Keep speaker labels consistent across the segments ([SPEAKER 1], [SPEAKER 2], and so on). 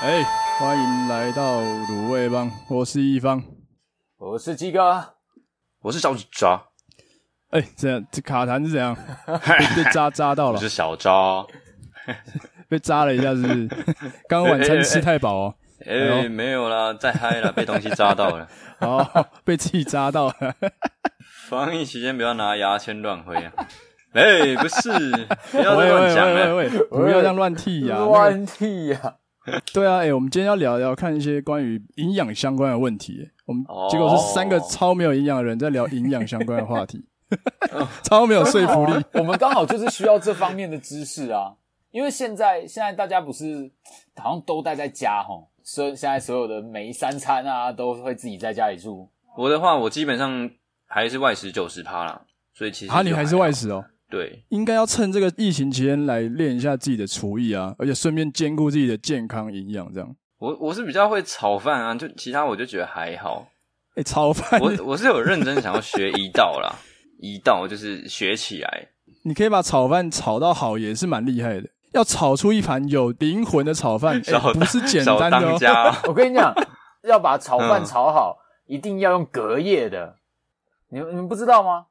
[SPEAKER 1] 哎，欢迎来到卤味帮，我是一方。
[SPEAKER 2] 我是鸡哥，
[SPEAKER 3] 我是小渣，
[SPEAKER 1] 哎，这样这卡痰是怎 样？被被扎扎到
[SPEAKER 3] 我
[SPEAKER 1] 了
[SPEAKER 3] 是，小渣。
[SPEAKER 1] 被扎了一下，是不 是？刚刚晚餐吃太饱哦，
[SPEAKER 3] 哎、
[SPEAKER 1] 哎呦
[SPEAKER 3] 没有啦，再嗨 了，被东西扎到了。
[SPEAKER 1] 哦， 被自己扎 到了。
[SPEAKER 3] 防疫期间不要拿牙签乱 挥啊！哎、不是，不要再
[SPEAKER 1] 喂
[SPEAKER 3] 乱
[SPEAKER 1] 喂
[SPEAKER 3] 讲啊
[SPEAKER 1] 喂
[SPEAKER 3] 了。
[SPEAKER 1] 喂喂，不要这样乱剃牙。那个
[SPEAKER 2] 乱剃哎呀！
[SPEAKER 1] 对啊，哎，我们今天要聊聊看一些关于营养相关的问题。哎我们
[SPEAKER 3] 哦
[SPEAKER 1] 结果是三个超没有营养的人在聊营养相关的话 题，超没有说服
[SPEAKER 3] 哦
[SPEAKER 1] 力。
[SPEAKER 2] 我们刚好就是需要这方面的知识啊， 因为现在现在大家不是好像都待在家吼，所以现在所有的每一三餐啊都会自己在家里住。
[SPEAKER 3] 我的话，我基本上还是外食九十趴啦，所以其实
[SPEAKER 1] 啊，你
[SPEAKER 3] 就
[SPEAKER 1] 还是
[SPEAKER 3] 好
[SPEAKER 1] 外食哦。
[SPEAKER 3] 对，
[SPEAKER 1] 应该要趁这个疫情期间来练一下自己的厨艺啊，而且顺便兼顾自己的健康营养，这样。
[SPEAKER 3] 我我是比较会炒饭啊，就其他我就觉得还好。
[SPEAKER 1] 哎、炒饭，
[SPEAKER 3] 我我是有认真想要学一道啦，一道就是学起来。
[SPEAKER 1] 你可以把炒饭炒到好，也是蛮厉害的。要炒出一盘有灵魂的炒饭、哎
[SPEAKER 3] 小
[SPEAKER 1] 不是简
[SPEAKER 3] 小
[SPEAKER 1] 单的
[SPEAKER 3] 当
[SPEAKER 1] 哦。
[SPEAKER 3] 家 哦、
[SPEAKER 2] 我跟你讲，要把炒饭
[SPEAKER 3] 嗯
[SPEAKER 2] 炒好，一定要用隔夜的。你们你们不知道吗？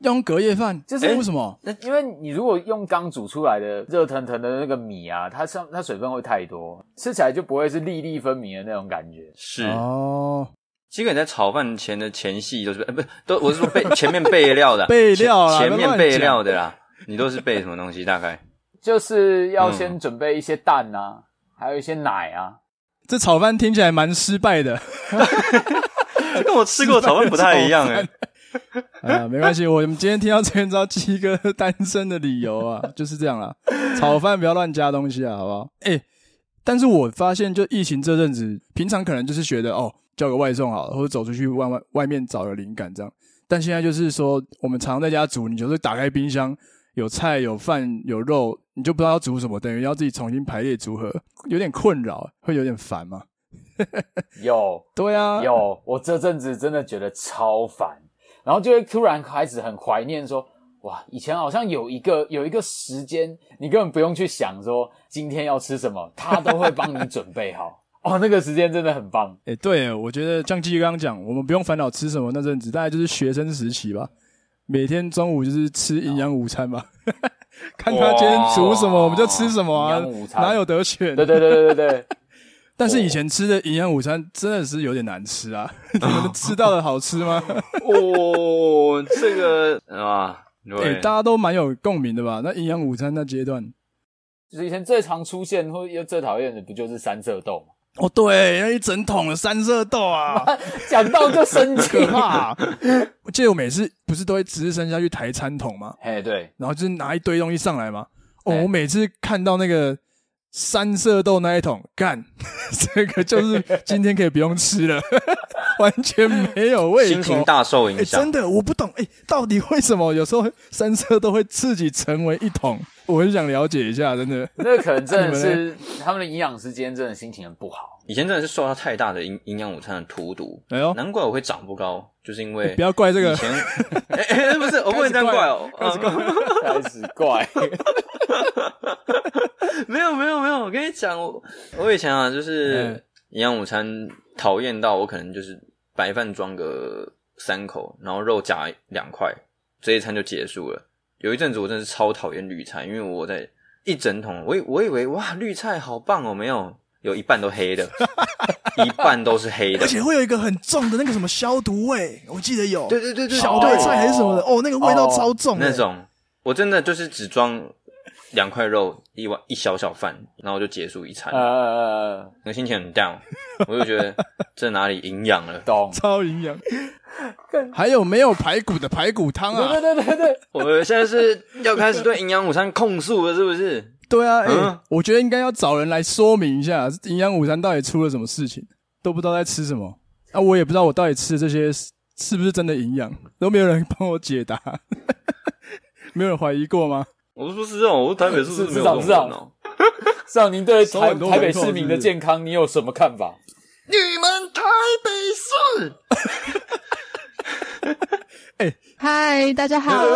[SPEAKER 1] 要用隔夜饭，
[SPEAKER 2] 就是
[SPEAKER 1] 哎为什么？
[SPEAKER 2] 因为你如果用刚煮出来的热腾腾的那个米啊，它上它水分会太多，吃起来就不会是粒粒分明的那种感觉。
[SPEAKER 3] 是。
[SPEAKER 1] 哦，
[SPEAKER 3] 基本在炒饭前的前戏都是，呃，不是，都我是说备前面备料的啊，
[SPEAKER 1] 备料啦
[SPEAKER 3] 前前
[SPEAKER 1] 不要乱
[SPEAKER 3] 面备料的啦，你都是备什么东西？大概
[SPEAKER 2] 就是要先准备一些蛋啊，还有一些奶啊。
[SPEAKER 1] 这炒饭听起来蛮失败的。
[SPEAKER 3] 这跟我吃过炒饭不太一 样哎、
[SPEAKER 1] 啊，没关系，我们今天听到这边知道鸡哥单身的理由啊， 就是这样啦。炒饭不要乱加东西啊，好不好？哎、但是我发现，就疫情这阵子，平常可能就是觉得哦，叫个外送好了，或者走出去外外外面找个灵感这样。但现在就是说，我们常在家煮，你就是打开冰箱，有菜、有饭、有肉，你就不知道要煮什么，等于要自己重新排列组合，有点困扰，会有点烦嘛。
[SPEAKER 2] 有
[SPEAKER 1] 对啊，
[SPEAKER 2] 有，我这阵子真的觉得超烦，然后就会突然开始很怀念说，哇，以前好像有一个有一个时间，你根本不用去想说今天要吃什么，他都会帮你准备好。哦，那个时间真的很棒。
[SPEAKER 1] 哎、对，我觉得像基刚刚讲，我们不用烦恼吃什么那阵子，大概就是学生时期吧。每天中午就是吃营养午餐吧， 看他今天煮什么，
[SPEAKER 3] 哇
[SPEAKER 1] 我们就吃什么啊
[SPEAKER 2] 营养午，餐
[SPEAKER 1] 哪有得选？
[SPEAKER 2] 对对对对对 对，
[SPEAKER 1] 但是以前吃的营养午餐真的是有点难吃啊， 你们吃到的好吃吗？
[SPEAKER 3] 哦，这个啊，
[SPEAKER 1] 哎、
[SPEAKER 3] 对，
[SPEAKER 1] 大家都蛮有共鸣的吧？那营养午餐那阶段，
[SPEAKER 2] 就是以前最常出现或又最讨厌的，不就是三色豆吗？
[SPEAKER 1] 哦，对，那一整桶的三色豆啊，
[SPEAKER 2] 讲到就生气
[SPEAKER 1] 可。怕、啊 我记得我每次不是都会只是剩下去抬餐桶吗？
[SPEAKER 2] 嘿，对，
[SPEAKER 1] 然后就是拿一堆东西上来嘛。哦，
[SPEAKER 2] 哎
[SPEAKER 1] 我每次看到那个三色豆那一桶，干， 这个就是今天可以不用吃了， 完全没有胃
[SPEAKER 3] 心
[SPEAKER 1] 口
[SPEAKER 3] 情。大受
[SPEAKER 1] 哎，
[SPEAKER 3] 影响
[SPEAKER 1] 真。的，我不懂，哎，到底为什么有时候三色豆会自己成为一桶？ 我很想了解一下，真的。
[SPEAKER 2] 那可能真的
[SPEAKER 1] 你
[SPEAKER 2] 是 他们的营养师今天真的心情很不 好。
[SPEAKER 3] 以前真的是受到太大的营营养午餐的荼毒，
[SPEAKER 1] 哎呦，
[SPEAKER 3] 难怪我会长不高，就是因为
[SPEAKER 1] 不要怪这
[SPEAKER 3] 以
[SPEAKER 1] 个，
[SPEAKER 3] 前， 哎、哎不是，我不能这样怪哦，嗯
[SPEAKER 2] 开始怪，
[SPEAKER 3] 没有没有没有，我跟你讲，我我以前啊，就是
[SPEAKER 1] 嗯。
[SPEAKER 3] 营养午餐讨厌到我可能就是白饭装个三口，然后肉夹两块，这一餐就结束了。有一阵子我真的是超讨厌绿菜，因为我在一整桶，我以我以为哇绿菜好棒哦，没有，有一半都 黑的，一半都是黑的
[SPEAKER 4] 而。且会有一个很重的那个什么消毒味，我记得有
[SPEAKER 3] 对对对对，
[SPEAKER 4] 小
[SPEAKER 3] 对
[SPEAKER 4] 对菜还是什么的，
[SPEAKER 2] 哦
[SPEAKER 4] 哦，那个味道超重的
[SPEAKER 3] 那种，我真的就是只装两块肉，一碗一小小饭，然后就结束一餐。
[SPEAKER 2] 呃，？
[SPEAKER 3] 那心情很 down，我就觉得这哪里营养了
[SPEAKER 2] 懂
[SPEAKER 1] 超 营养。还有没有排骨的排骨汤
[SPEAKER 2] 对
[SPEAKER 1] 啊？
[SPEAKER 2] 对对对对，
[SPEAKER 3] 我现在是要开始对营养午餐控诉了，是不是？
[SPEAKER 1] 对啊，哎、
[SPEAKER 3] 嗯
[SPEAKER 1] 我觉得应该要找人来说明一下营养午餐到底出了什么事情，都不知道在吃什么啊，我也不知道我到底吃的这些是是不是真的营养，都没有人帮我解答， 没有人怀疑过吗？
[SPEAKER 3] 我是说是这种，我台北市
[SPEAKER 2] 是
[SPEAKER 1] 啊
[SPEAKER 3] 没有这
[SPEAKER 2] 长
[SPEAKER 3] 种
[SPEAKER 2] 是长
[SPEAKER 3] 人哦
[SPEAKER 2] 少您对
[SPEAKER 1] 收
[SPEAKER 2] 台
[SPEAKER 1] 很多
[SPEAKER 2] 台北
[SPEAKER 1] 回扣
[SPEAKER 2] 市民
[SPEAKER 1] 是
[SPEAKER 2] 的
[SPEAKER 1] 不是
[SPEAKER 2] 健康你有什么看法？
[SPEAKER 3] 你们台北市，
[SPEAKER 5] 嗨，大家好，
[SPEAKER 3] Who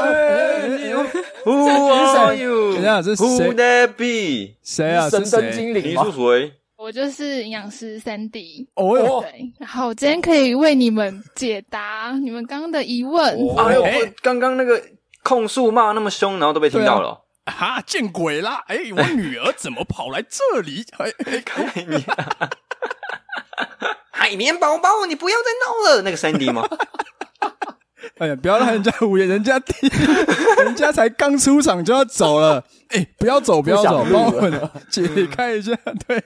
[SPEAKER 2] 这
[SPEAKER 3] are
[SPEAKER 2] 是
[SPEAKER 3] you？
[SPEAKER 1] 等一下这是
[SPEAKER 3] Who
[SPEAKER 1] 谁
[SPEAKER 3] that be？
[SPEAKER 1] 谁啊？
[SPEAKER 2] 神
[SPEAKER 1] 是谁？
[SPEAKER 2] 灯精
[SPEAKER 3] 你
[SPEAKER 2] 灵吗
[SPEAKER 3] 是？谁？
[SPEAKER 5] 我我就是营养师 Sandy，
[SPEAKER 1] 哦哟，
[SPEAKER 5] 对，然后我今天可以为你们解答你们刚刚的疑问。
[SPEAKER 3] 哎呦
[SPEAKER 1] 哎，
[SPEAKER 3] 刚刚那个控诉骂那么凶，然后都被听到了哦。
[SPEAKER 1] 哈，见鬼啦！哎、我女儿怎么跑来这里？哎、哎
[SPEAKER 3] 哎你
[SPEAKER 1] 啊
[SPEAKER 3] 海绵宝宝，你不要再闹了。那个三 D 吗？
[SPEAKER 1] 哎呀，不要让人家无言，人家 人家才刚出场就要走了。哎、不要走，不要走，
[SPEAKER 2] 不想
[SPEAKER 1] 帮
[SPEAKER 2] 录
[SPEAKER 1] 我们解开一下。对，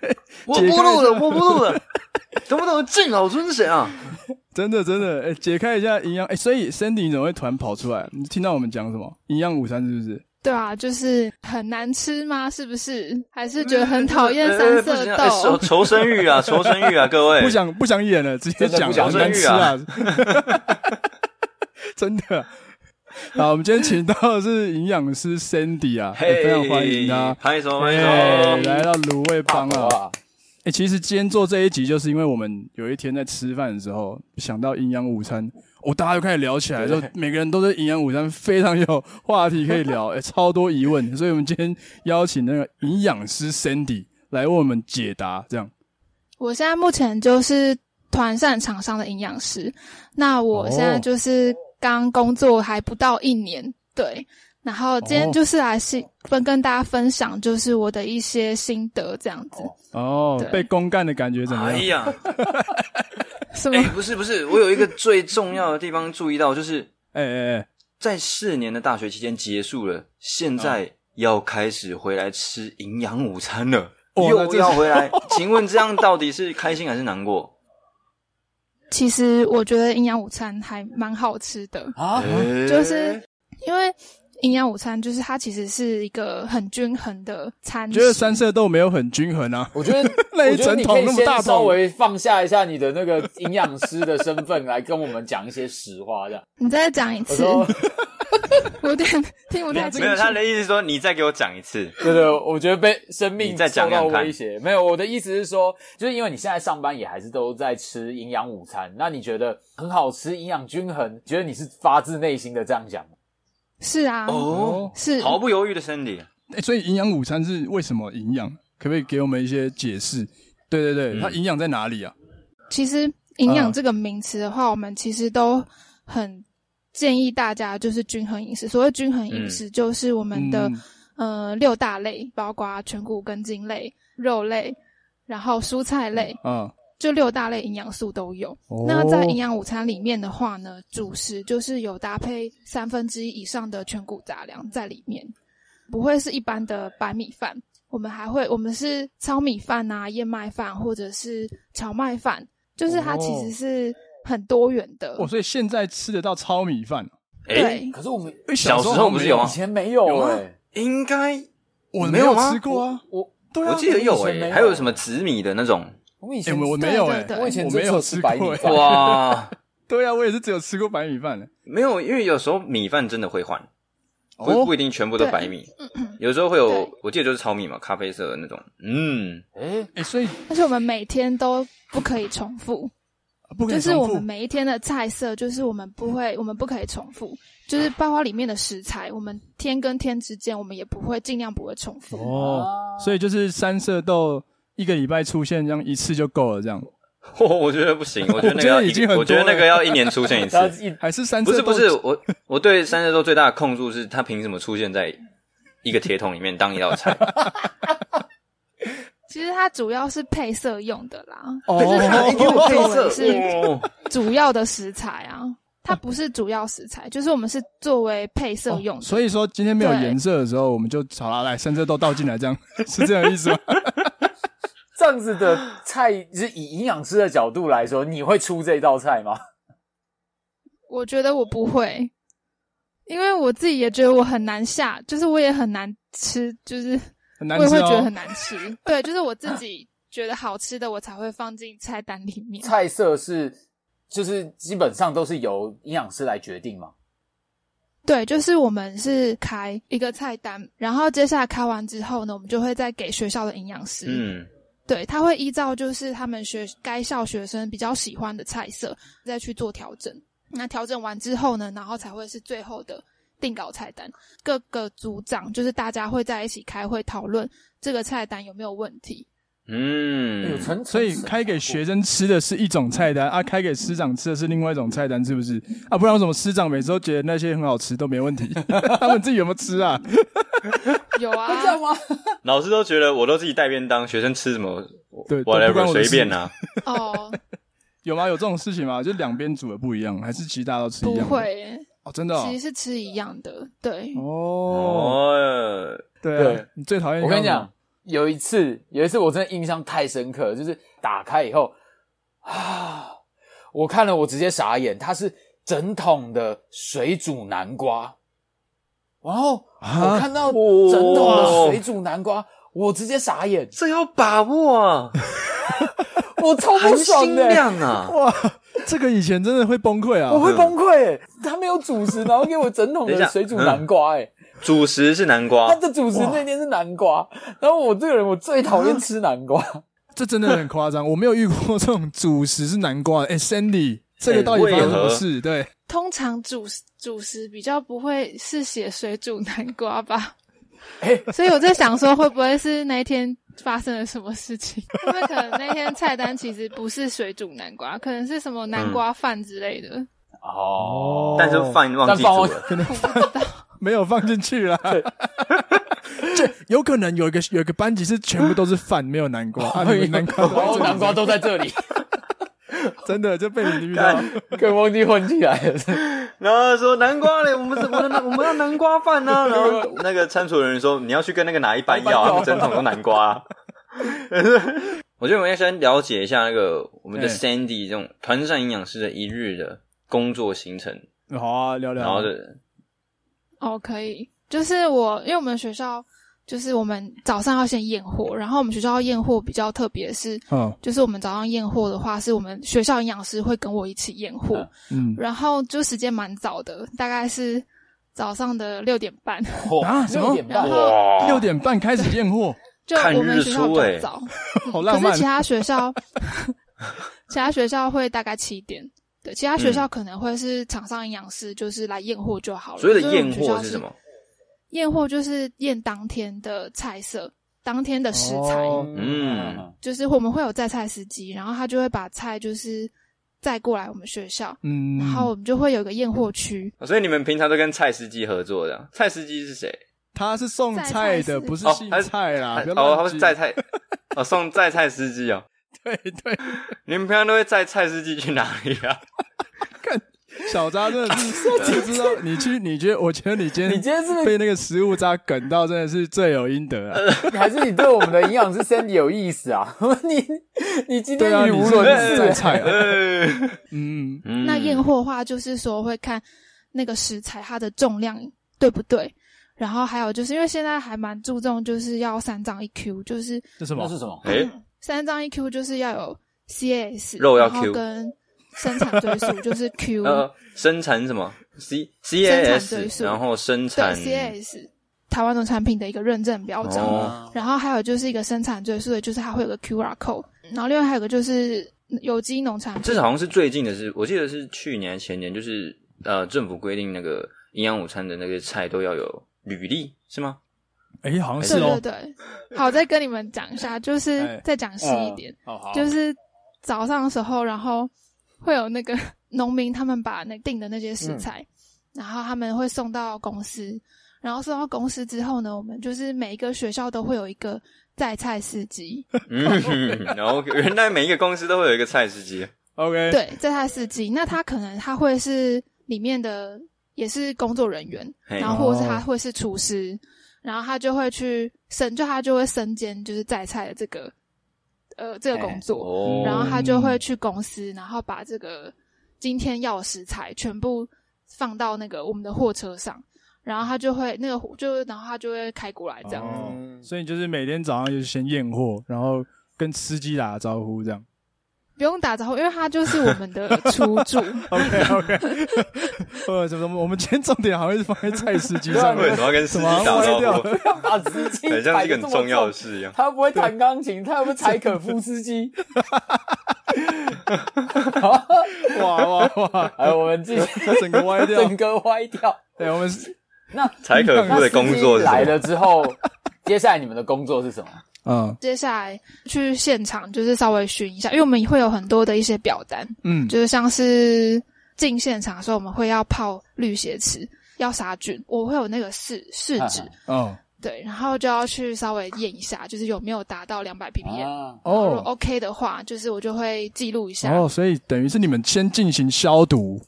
[SPEAKER 3] 我
[SPEAKER 1] 解
[SPEAKER 3] 不
[SPEAKER 1] 开
[SPEAKER 3] 录了，我不录了。 懂不懂敬老尊贤啊？
[SPEAKER 1] 真的真的，哎、解开一下营养。哎、所以 Sandy 你怎么会突然跑出来？你听到我们讲什么营养午餐是不是？
[SPEAKER 5] 对啊，就是很难吃吗？是不是？还是觉得很讨厌
[SPEAKER 3] 呃
[SPEAKER 5] 三
[SPEAKER 3] 不
[SPEAKER 5] 色
[SPEAKER 3] 行啊，哎
[SPEAKER 5] 豆
[SPEAKER 3] 求？求生 欲啊，求生欲啊，各位
[SPEAKER 1] 不。想不想演了，直接
[SPEAKER 2] 真的
[SPEAKER 1] 讲
[SPEAKER 2] 不想
[SPEAKER 1] 很难吃啊， 真的。好，我们今天请到的是营养师 Sandy 啊，哎
[SPEAKER 3] 嘿，
[SPEAKER 1] 非常欢迎他。
[SPEAKER 3] 拍
[SPEAKER 2] Oh
[SPEAKER 3] 手拍
[SPEAKER 1] 哎
[SPEAKER 3] 手。
[SPEAKER 1] 来到卤味帮啊！
[SPEAKER 2] 哇，
[SPEAKER 1] 哎、其实今天做这一集，就是因为我们有一天在吃饭的时候想到营养午餐，哦，大家就开始聊起来，就每个人都对营养午餐非常有话题可以聊， 哎、超多疑问，所以我们今天邀请那个营养师 Sandy 来为我们解答，这样。
[SPEAKER 5] 我现在目前就是团膳厂商的营养师，那我现在就是刚工作还不到一年，对。然后今
[SPEAKER 3] 哦
[SPEAKER 5] 天就是来是分跟大家分享，就是我的一些心得这样子。
[SPEAKER 1] 哦，
[SPEAKER 5] 对
[SPEAKER 1] 被公干的感觉怎么
[SPEAKER 3] 哎
[SPEAKER 1] 样？
[SPEAKER 3] 呀，
[SPEAKER 5] 什
[SPEAKER 3] 哎
[SPEAKER 5] 么？，
[SPEAKER 3] 不是不是，我有一个最重要的地方注意到，就是
[SPEAKER 1] 哎哎哎，
[SPEAKER 3] 在四年的大学期间结束了，现在要开始回来吃营养午餐了，
[SPEAKER 1] 哦那
[SPEAKER 3] 又
[SPEAKER 1] 这
[SPEAKER 3] 要
[SPEAKER 1] 是
[SPEAKER 3] 回来。请问这样到底是开心还是难过？
[SPEAKER 5] 其实我觉得营养午餐还蛮好吃的。
[SPEAKER 1] 哦
[SPEAKER 2] 啊，
[SPEAKER 3] 哎
[SPEAKER 5] 就是因为营养午餐就是它其实是一个很均衡的餐
[SPEAKER 1] 我
[SPEAKER 5] 食，
[SPEAKER 1] 觉得三色豆没有很均衡啊。
[SPEAKER 2] 我觉得
[SPEAKER 1] 那一
[SPEAKER 2] 我觉得
[SPEAKER 1] 整
[SPEAKER 2] 你
[SPEAKER 1] 桶
[SPEAKER 2] 可以
[SPEAKER 1] 那么大桶
[SPEAKER 2] 先稍微放下一下你的那个营养师的身份，来跟我们讲一些实 话，这样。
[SPEAKER 5] 你再讲一
[SPEAKER 2] 我
[SPEAKER 5] 次，
[SPEAKER 2] 说
[SPEAKER 5] 我，有点听不太清
[SPEAKER 3] 没有，
[SPEAKER 5] 楚
[SPEAKER 3] 他。的意思是说你再给我讲一次。
[SPEAKER 2] 对对，我觉得被生命
[SPEAKER 3] 你再讲
[SPEAKER 2] 受到
[SPEAKER 3] 讲看
[SPEAKER 2] 威胁。没有，我的意思是说，就是因为你现在上班也还是都在吃营养午餐，那你觉得很好吃，营养均衡，觉得你是发自内心的这样讲吗？
[SPEAKER 5] 是啊，
[SPEAKER 3] 哦，
[SPEAKER 5] 是
[SPEAKER 3] 毫不犹豫的 Sandy，
[SPEAKER 1] 哎，所以营养午餐是为什么营养？可不可以给我们一些解释？对对对，
[SPEAKER 3] 嗯
[SPEAKER 1] 它营养在哪里啊？
[SPEAKER 5] 其实营
[SPEAKER 1] 嗯
[SPEAKER 5] 养这个名词的话，我们其实都很建议大家就是均衡饮食。所谓均衡饮食，就是我们的、
[SPEAKER 1] 嗯
[SPEAKER 5] 呃六大类，包括全谷根茎类、肉类，然后蔬菜类，
[SPEAKER 1] 啊，
[SPEAKER 5] 就六大类营养素都有。
[SPEAKER 1] 哦
[SPEAKER 5] 那在营养午餐里面的话呢，主食就是有搭配三分之一以上的全谷杂粮在里面，不会是一般的白米饭。我们还会，我们是糙米饭啊、燕麦饭或者是荞麦饭，就是它其
[SPEAKER 1] 哦
[SPEAKER 5] 实是很多元的。
[SPEAKER 1] 哦，所以现在吃得到糙米饭。哦
[SPEAKER 3] 哎，
[SPEAKER 5] 对，
[SPEAKER 2] 可是我们
[SPEAKER 1] 哎
[SPEAKER 3] 小时候不是有
[SPEAKER 1] 没
[SPEAKER 3] 吗
[SPEAKER 2] 以前没有
[SPEAKER 1] 有啊
[SPEAKER 2] 哎、
[SPEAKER 3] 应该
[SPEAKER 1] 我
[SPEAKER 3] 没
[SPEAKER 1] 没
[SPEAKER 3] 有
[SPEAKER 1] 有
[SPEAKER 3] 吗
[SPEAKER 1] 吃过啊。
[SPEAKER 2] 我
[SPEAKER 1] 对啊，
[SPEAKER 3] 我记得有
[SPEAKER 2] 以前没
[SPEAKER 3] 哎，
[SPEAKER 2] 有
[SPEAKER 3] 还有什么紫米的那种，
[SPEAKER 2] 我们以
[SPEAKER 1] 哎
[SPEAKER 2] 前、
[SPEAKER 1] 我我没有
[SPEAKER 5] 对
[SPEAKER 1] 哎
[SPEAKER 5] 对，对
[SPEAKER 2] 我以前
[SPEAKER 1] 我
[SPEAKER 2] 只
[SPEAKER 1] 没有
[SPEAKER 2] 有
[SPEAKER 1] 吃
[SPEAKER 2] 吃
[SPEAKER 1] 过
[SPEAKER 2] 白米
[SPEAKER 1] 哎
[SPEAKER 2] 饭，
[SPEAKER 3] 哇，
[SPEAKER 1] 对啊，我也是只有吃过白米饭的。
[SPEAKER 3] 没有，因为有时候米饭真的会换，不
[SPEAKER 1] 哦
[SPEAKER 3] 不一定全部都白米，有时候会有，我记得就是糙米嘛，咖啡色的那种，嗯，
[SPEAKER 2] 哎、
[SPEAKER 1] 哎，所以
[SPEAKER 5] 而且我们每天都不可以重复。
[SPEAKER 1] 不可
[SPEAKER 5] 就
[SPEAKER 1] 以
[SPEAKER 5] 是
[SPEAKER 1] 重
[SPEAKER 5] 我们
[SPEAKER 1] 复。
[SPEAKER 5] 每一天的菜色，就是我们不会，我们不可以重复，就是包括里面的食材，我们天跟天之间，我们也不会尽量不会重复。
[SPEAKER 1] 哦，所以就是三色豆一个礼拜出现，这样一次就够了，这样
[SPEAKER 3] 我我觉得不 行，我觉得那
[SPEAKER 1] 我觉
[SPEAKER 3] 个要
[SPEAKER 1] 得已经很多了
[SPEAKER 3] 我觉得那个要一年出 现一次
[SPEAKER 2] 他，一
[SPEAKER 1] 还是三
[SPEAKER 3] 不
[SPEAKER 1] 色
[SPEAKER 3] 是
[SPEAKER 1] 豆？
[SPEAKER 3] 不是，我我对三色豆最大的控诉是，它凭什么出现在一个铁桶里面当一 道菜？
[SPEAKER 5] 其实它主要是配色用的啦，
[SPEAKER 1] 哦
[SPEAKER 5] 可是它
[SPEAKER 3] 哎
[SPEAKER 5] 的
[SPEAKER 3] 给我配色
[SPEAKER 5] 作为
[SPEAKER 3] 哦
[SPEAKER 5] 是主要的食材啊，它不是主要食材，就是我们是作为配色用
[SPEAKER 1] 哦
[SPEAKER 5] 的。
[SPEAKER 1] 所以说今天没有
[SPEAKER 5] 对
[SPEAKER 1] 颜色的时候，我们就好啦，来三色豆倒进来，这样是这样的意思吗？
[SPEAKER 2] 这样子的菜，就是以营养师的角度来说，你会出这道菜吗？
[SPEAKER 5] 我觉得我不会，因为我自己也觉得我很难下，就是我也很难吃，就是
[SPEAKER 1] 很难
[SPEAKER 5] 我
[SPEAKER 1] 吃
[SPEAKER 5] 也会觉得
[SPEAKER 1] 哦
[SPEAKER 5] 很。难吃。 对，就是我自己觉得好吃的，我才会放进菜单 里面。
[SPEAKER 2] 菜色是就是基本上都是由营养师来决定嘛。
[SPEAKER 5] 对，就是我们是开一个菜单，然后接下来开完之后呢，我们就会再给学校的营养师，
[SPEAKER 3] 嗯，
[SPEAKER 5] 对他会依照就是他们学该校学生比较喜欢的菜色再去做调整。那调整完之后呢，然后才会是最后的定稿菜单。各个组长就是大家会在一起开会讨论这个菜单有没有问题，
[SPEAKER 3] 嗯
[SPEAKER 2] 有，层层，
[SPEAKER 1] 所以开给学生吃的是一种菜单啊，开给师长吃的是另外一种菜单，是不是？啊，不然为什么师长每次都觉得那些很好吃都没问题？ 他们自己有没有吃啊？
[SPEAKER 5] 有
[SPEAKER 2] 会 这样
[SPEAKER 5] 啊，
[SPEAKER 2] 吗？
[SPEAKER 3] 老师都觉得我都自己带便当，学生吃什么
[SPEAKER 1] 对都不关
[SPEAKER 3] whatever
[SPEAKER 1] 我的
[SPEAKER 3] 随
[SPEAKER 1] 事
[SPEAKER 3] 便啊。
[SPEAKER 5] 哦，
[SPEAKER 1] 有吗？有这种事情吗？就两边煮的不一样，还是其实大家都吃一
[SPEAKER 5] 不
[SPEAKER 1] 样？
[SPEAKER 5] 会，耶，
[SPEAKER 1] 哦，真的
[SPEAKER 2] 啊
[SPEAKER 1] 哦
[SPEAKER 5] 其实是吃一样的，对，
[SPEAKER 1] 哦，
[SPEAKER 3] 哦，
[SPEAKER 1] 对啊
[SPEAKER 2] 对，
[SPEAKER 1] 你最讨厌
[SPEAKER 2] 我跟你
[SPEAKER 1] 这样
[SPEAKER 2] 讲，有一次，有一次我真的印象太深刻了，就是打开以后啊，我看了我直接傻眼，它是整桶的水煮南瓜，然后我
[SPEAKER 1] 啊
[SPEAKER 2] 看到整桶的水煮南瓜，我直接傻眼，
[SPEAKER 3] 这要把握啊，
[SPEAKER 2] 我超不
[SPEAKER 3] 含
[SPEAKER 2] 爽
[SPEAKER 3] 心
[SPEAKER 2] 的、
[SPEAKER 3] 量啊！
[SPEAKER 1] 哇，这个以前真的会崩溃啊！
[SPEAKER 2] 我会崩溃、欸，他没有主食，然后给我整桶
[SPEAKER 3] 等一
[SPEAKER 2] 的
[SPEAKER 3] 下嗯
[SPEAKER 2] 水煮南瓜、欸，
[SPEAKER 3] 主食是南
[SPEAKER 2] 他
[SPEAKER 3] 瓜，
[SPEAKER 2] 的主食那天是南瓜，然后我这个人我最讨厌吃南瓜，
[SPEAKER 1] 这真的很夸张，我没有遇过 这种主食是南瓜的。哎、c i n d y 这个
[SPEAKER 3] 哎
[SPEAKER 1] 到底发生
[SPEAKER 3] 为
[SPEAKER 1] 什么
[SPEAKER 3] 何
[SPEAKER 1] 事？对，
[SPEAKER 5] 通常主食主食比较不会是写水煮南瓜吧？
[SPEAKER 2] 哎、
[SPEAKER 5] 所以我在想说，会不会是那一天发生了什么事情？ 因为可能那天菜单其实不是水煮南瓜，可能是什么南瓜饭之类的，
[SPEAKER 2] 哦
[SPEAKER 3] 但是饭忘记
[SPEAKER 2] 但饭
[SPEAKER 3] 煮
[SPEAKER 2] 忘
[SPEAKER 3] 了。
[SPEAKER 5] 我不知道。
[SPEAKER 1] 没有放进去啦。 这有可能有一个有一个班级是全部都是饭，没有南 瓜，啊、你们南瓜
[SPEAKER 2] 然后
[SPEAKER 1] 都
[SPEAKER 2] 南瓜都在这里，
[SPEAKER 1] 真的就被你遇到。
[SPEAKER 2] 跟忘记混起来 了。
[SPEAKER 3] 然后说南瓜嘞，我们是我们 我们要南瓜饭啊。然后 那个餐厨人员说你要去跟那个哪一班要啊，他们整桶都南瓜、啊。 我觉得我们要先了解一下那个我们的
[SPEAKER 1] 哎
[SPEAKER 3] Sandy 这种团膳营养师的一日的工作行程，
[SPEAKER 1] 好啊，聊聊。
[SPEAKER 3] 然后是
[SPEAKER 5] 哦，可以，就是我，因为我们学校就是我们早上要先验货，然后我们学校验货比较特别的是，
[SPEAKER 1] 嗯
[SPEAKER 5] 就是我们早上验货的话，是我们学校营养师会跟我一起验货，
[SPEAKER 1] 嗯
[SPEAKER 5] 然后就时间蛮早的，大概是早上的六点半，
[SPEAKER 1] 啊什么
[SPEAKER 2] 六点
[SPEAKER 5] 然
[SPEAKER 2] 半，
[SPEAKER 5] 后
[SPEAKER 3] 哇
[SPEAKER 1] 六点半开始验货，
[SPEAKER 5] 就
[SPEAKER 3] 看
[SPEAKER 5] 我们
[SPEAKER 3] 日
[SPEAKER 5] 学校
[SPEAKER 3] 出
[SPEAKER 5] 比较
[SPEAKER 3] 欸
[SPEAKER 5] 早，
[SPEAKER 1] 好
[SPEAKER 5] 可
[SPEAKER 1] 浪
[SPEAKER 5] 是
[SPEAKER 1] 漫
[SPEAKER 5] 其。他 学校，其他学校会大概七点。对，其他
[SPEAKER 3] 嗯
[SPEAKER 5] 学校可能会是厂商营养师，就是来验货就好了。
[SPEAKER 3] 所谓的
[SPEAKER 5] 就是我
[SPEAKER 3] 验
[SPEAKER 5] 们学
[SPEAKER 3] 货
[SPEAKER 5] 校
[SPEAKER 3] 是什么？
[SPEAKER 5] 验货就是验当天的菜色、当天的食材，
[SPEAKER 1] 哦
[SPEAKER 3] 嗯
[SPEAKER 5] 就是我们会有在菜司机，然后他就会把菜就是载过来我们学校，
[SPEAKER 1] 嗯，
[SPEAKER 5] 然后我们就会有一个验货区。
[SPEAKER 3] 所以你们平常都跟蔡司机合作的啊？蔡司机是谁？
[SPEAKER 1] 他是送菜的，
[SPEAKER 5] 在菜是
[SPEAKER 1] 不是
[SPEAKER 3] 哦
[SPEAKER 1] 姓
[SPEAKER 3] 他是
[SPEAKER 1] 蔡啊啦。不要
[SPEAKER 3] 哦，
[SPEAKER 1] 乱
[SPEAKER 3] 他
[SPEAKER 1] 记
[SPEAKER 3] 是载菜， 哦送载菜司机哦。
[SPEAKER 1] 对对，
[SPEAKER 3] 你们平常都会载蔡司机去哪里 啊？
[SPEAKER 1] 小渣真的是不知道你去，你觉得我觉得你今
[SPEAKER 2] 你
[SPEAKER 1] 天
[SPEAKER 2] 今天是不
[SPEAKER 1] 被那个食物渣梗到，真的是罪有应得啊！
[SPEAKER 2] 是 还是你对我们的营养师 Sandy 有意思啊？ 你你今
[SPEAKER 1] 对啊，
[SPEAKER 2] 天语
[SPEAKER 1] 你
[SPEAKER 2] 无
[SPEAKER 1] 是不
[SPEAKER 2] 伦
[SPEAKER 1] 是
[SPEAKER 2] 次
[SPEAKER 1] 在
[SPEAKER 2] 欸，
[SPEAKER 1] 菜啊？
[SPEAKER 3] 呃
[SPEAKER 1] 嗯，
[SPEAKER 3] 嗯
[SPEAKER 5] 那验货的话，就是说会看那个食材它的重量对不对，然后还有就是因为现在还蛮注重就是要三张一 Q，就是
[SPEAKER 1] 这什
[SPEAKER 2] 那
[SPEAKER 1] 么？
[SPEAKER 2] 是什么？
[SPEAKER 3] 哎，
[SPEAKER 5] 三张一 Q 就是要有 CAS，
[SPEAKER 3] 肉要
[SPEAKER 5] 然后
[SPEAKER 3] Q
[SPEAKER 5] 跟生产 追溯就是 Q，
[SPEAKER 3] 呃，生产什么 C C
[SPEAKER 5] 嗯生
[SPEAKER 3] A
[SPEAKER 5] 产追
[SPEAKER 3] S，
[SPEAKER 5] 溯
[SPEAKER 3] 然后生
[SPEAKER 5] 对
[SPEAKER 3] 产
[SPEAKER 5] CAS 台湾农产品的一个认证标章。
[SPEAKER 3] 哦，
[SPEAKER 5] 然后还有就是一个生产追溯的，就是它会有个 QR code，然后另外还有个就是有机农产
[SPEAKER 3] 这
[SPEAKER 5] 品
[SPEAKER 3] 是好像是最近的是，我记得是去年还前年，就是呃政府规定那个营养午餐的那个菜都要有履历是吗？
[SPEAKER 1] 哎，好像
[SPEAKER 5] 对
[SPEAKER 1] 是
[SPEAKER 5] 对
[SPEAKER 1] 哦。
[SPEAKER 5] 对，好，再跟你们讲一下，就是
[SPEAKER 1] 哎
[SPEAKER 5] 再讲细一
[SPEAKER 3] 嗯
[SPEAKER 5] 点，
[SPEAKER 2] 好
[SPEAKER 1] 哦
[SPEAKER 2] 好
[SPEAKER 5] 就是早上的时候，然后会有那个 农民他们把那订的那些食材，然后他们会送到公司，然后送到公司之后呢，我们就是每一个学校都会有一个载菜司机，
[SPEAKER 3] 嗯，然后原来每一个公司都会有一个菜司机，
[SPEAKER 1] OK，
[SPEAKER 5] 对，载菜司机，那他可能他会是里面的也是工作人员，
[SPEAKER 3] 嘿
[SPEAKER 5] 然后或者是他会是厨师，然后他就会去身，就他就会身兼就是载菜的这个呃这个工作，
[SPEAKER 3] 哦
[SPEAKER 5] 然后他就会去公司，然后把这个今天要的食材全部放到那个我们的货车上，然后他就会那个就然后他就会开过来这样。
[SPEAKER 1] 哦
[SPEAKER 2] 嗯
[SPEAKER 1] 所以就是每天早上就是先验货，然后跟司机打招呼这样。
[SPEAKER 5] 不用打招呼，因为他就是我们的 出 主，
[SPEAKER 1] OK OK，呃，怎么我们今天重点好像是放在菜司机上
[SPEAKER 3] 为
[SPEAKER 1] 面
[SPEAKER 3] 什，么要跟司
[SPEAKER 1] 怎
[SPEAKER 3] 机
[SPEAKER 1] 么好像
[SPEAKER 3] 打招
[SPEAKER 1] 歪掉
[SPEAKER 3] 呼？
[SPEAKER 1] 了？
[SPEAKER 2] 要 把司机
[SPEAKER 3] 很像是
[SPEAKER 2] 摆
[SPEAKER 3] 一
[SPEAKER 2] 得
[SPEAKER 3] 个
[SPEAKER 2] 这么
[SPEAKER 3] 很重要的
[SPEAKER 2] 重
[SPEAKER 3] 事一样。
[SPEAKER 2] 他又不会弹钢琴，他又不是柴可夫 斯基。
[SPEAKER 1] 哇哇哇！
[SPEAKER 2] 哎，我们 今天
[SPEAKER 1] 整个歪掉。
[SPEAKER 2] 整个歪掉。
[SPEAKER 1] 对，我们是
[SPEAKER 2] 那
[SPEAKER 3] 柴可夫的工作是
[SPEAKER 2] 那
[SPEAKER 3] 什
[SPEAKER 2] 司机来
[SPEAKER 3] 么？
[SPEAKER 2] 了之后，接下来你们的工作是什么？
[SPEAKER 1] 嗯
[SPEAKER 5] 接下来去现场就是稍微巡一下，因为我们会有很多的一些表单，
[SPEAKER 1] 嗯，
[SPEAKER 5] 就是像是进现场的时候，我们会要泡绿血池，要杀菌，我会有那个试试纸，
[SPEAKER 1] 哦
[SPEAKER 5] 对，然后就要去稍微验一下，就是有没有达到两百 ppm。
[SPEAKER 2] 啊，
[SPEAKER 5] 如果
[SPEAKER 1] 哦
[SPEAKER 5] OK 的话，就是我就会记录一下。
[SPEAKER 1] 哦，所以等于是你们先进行消毒，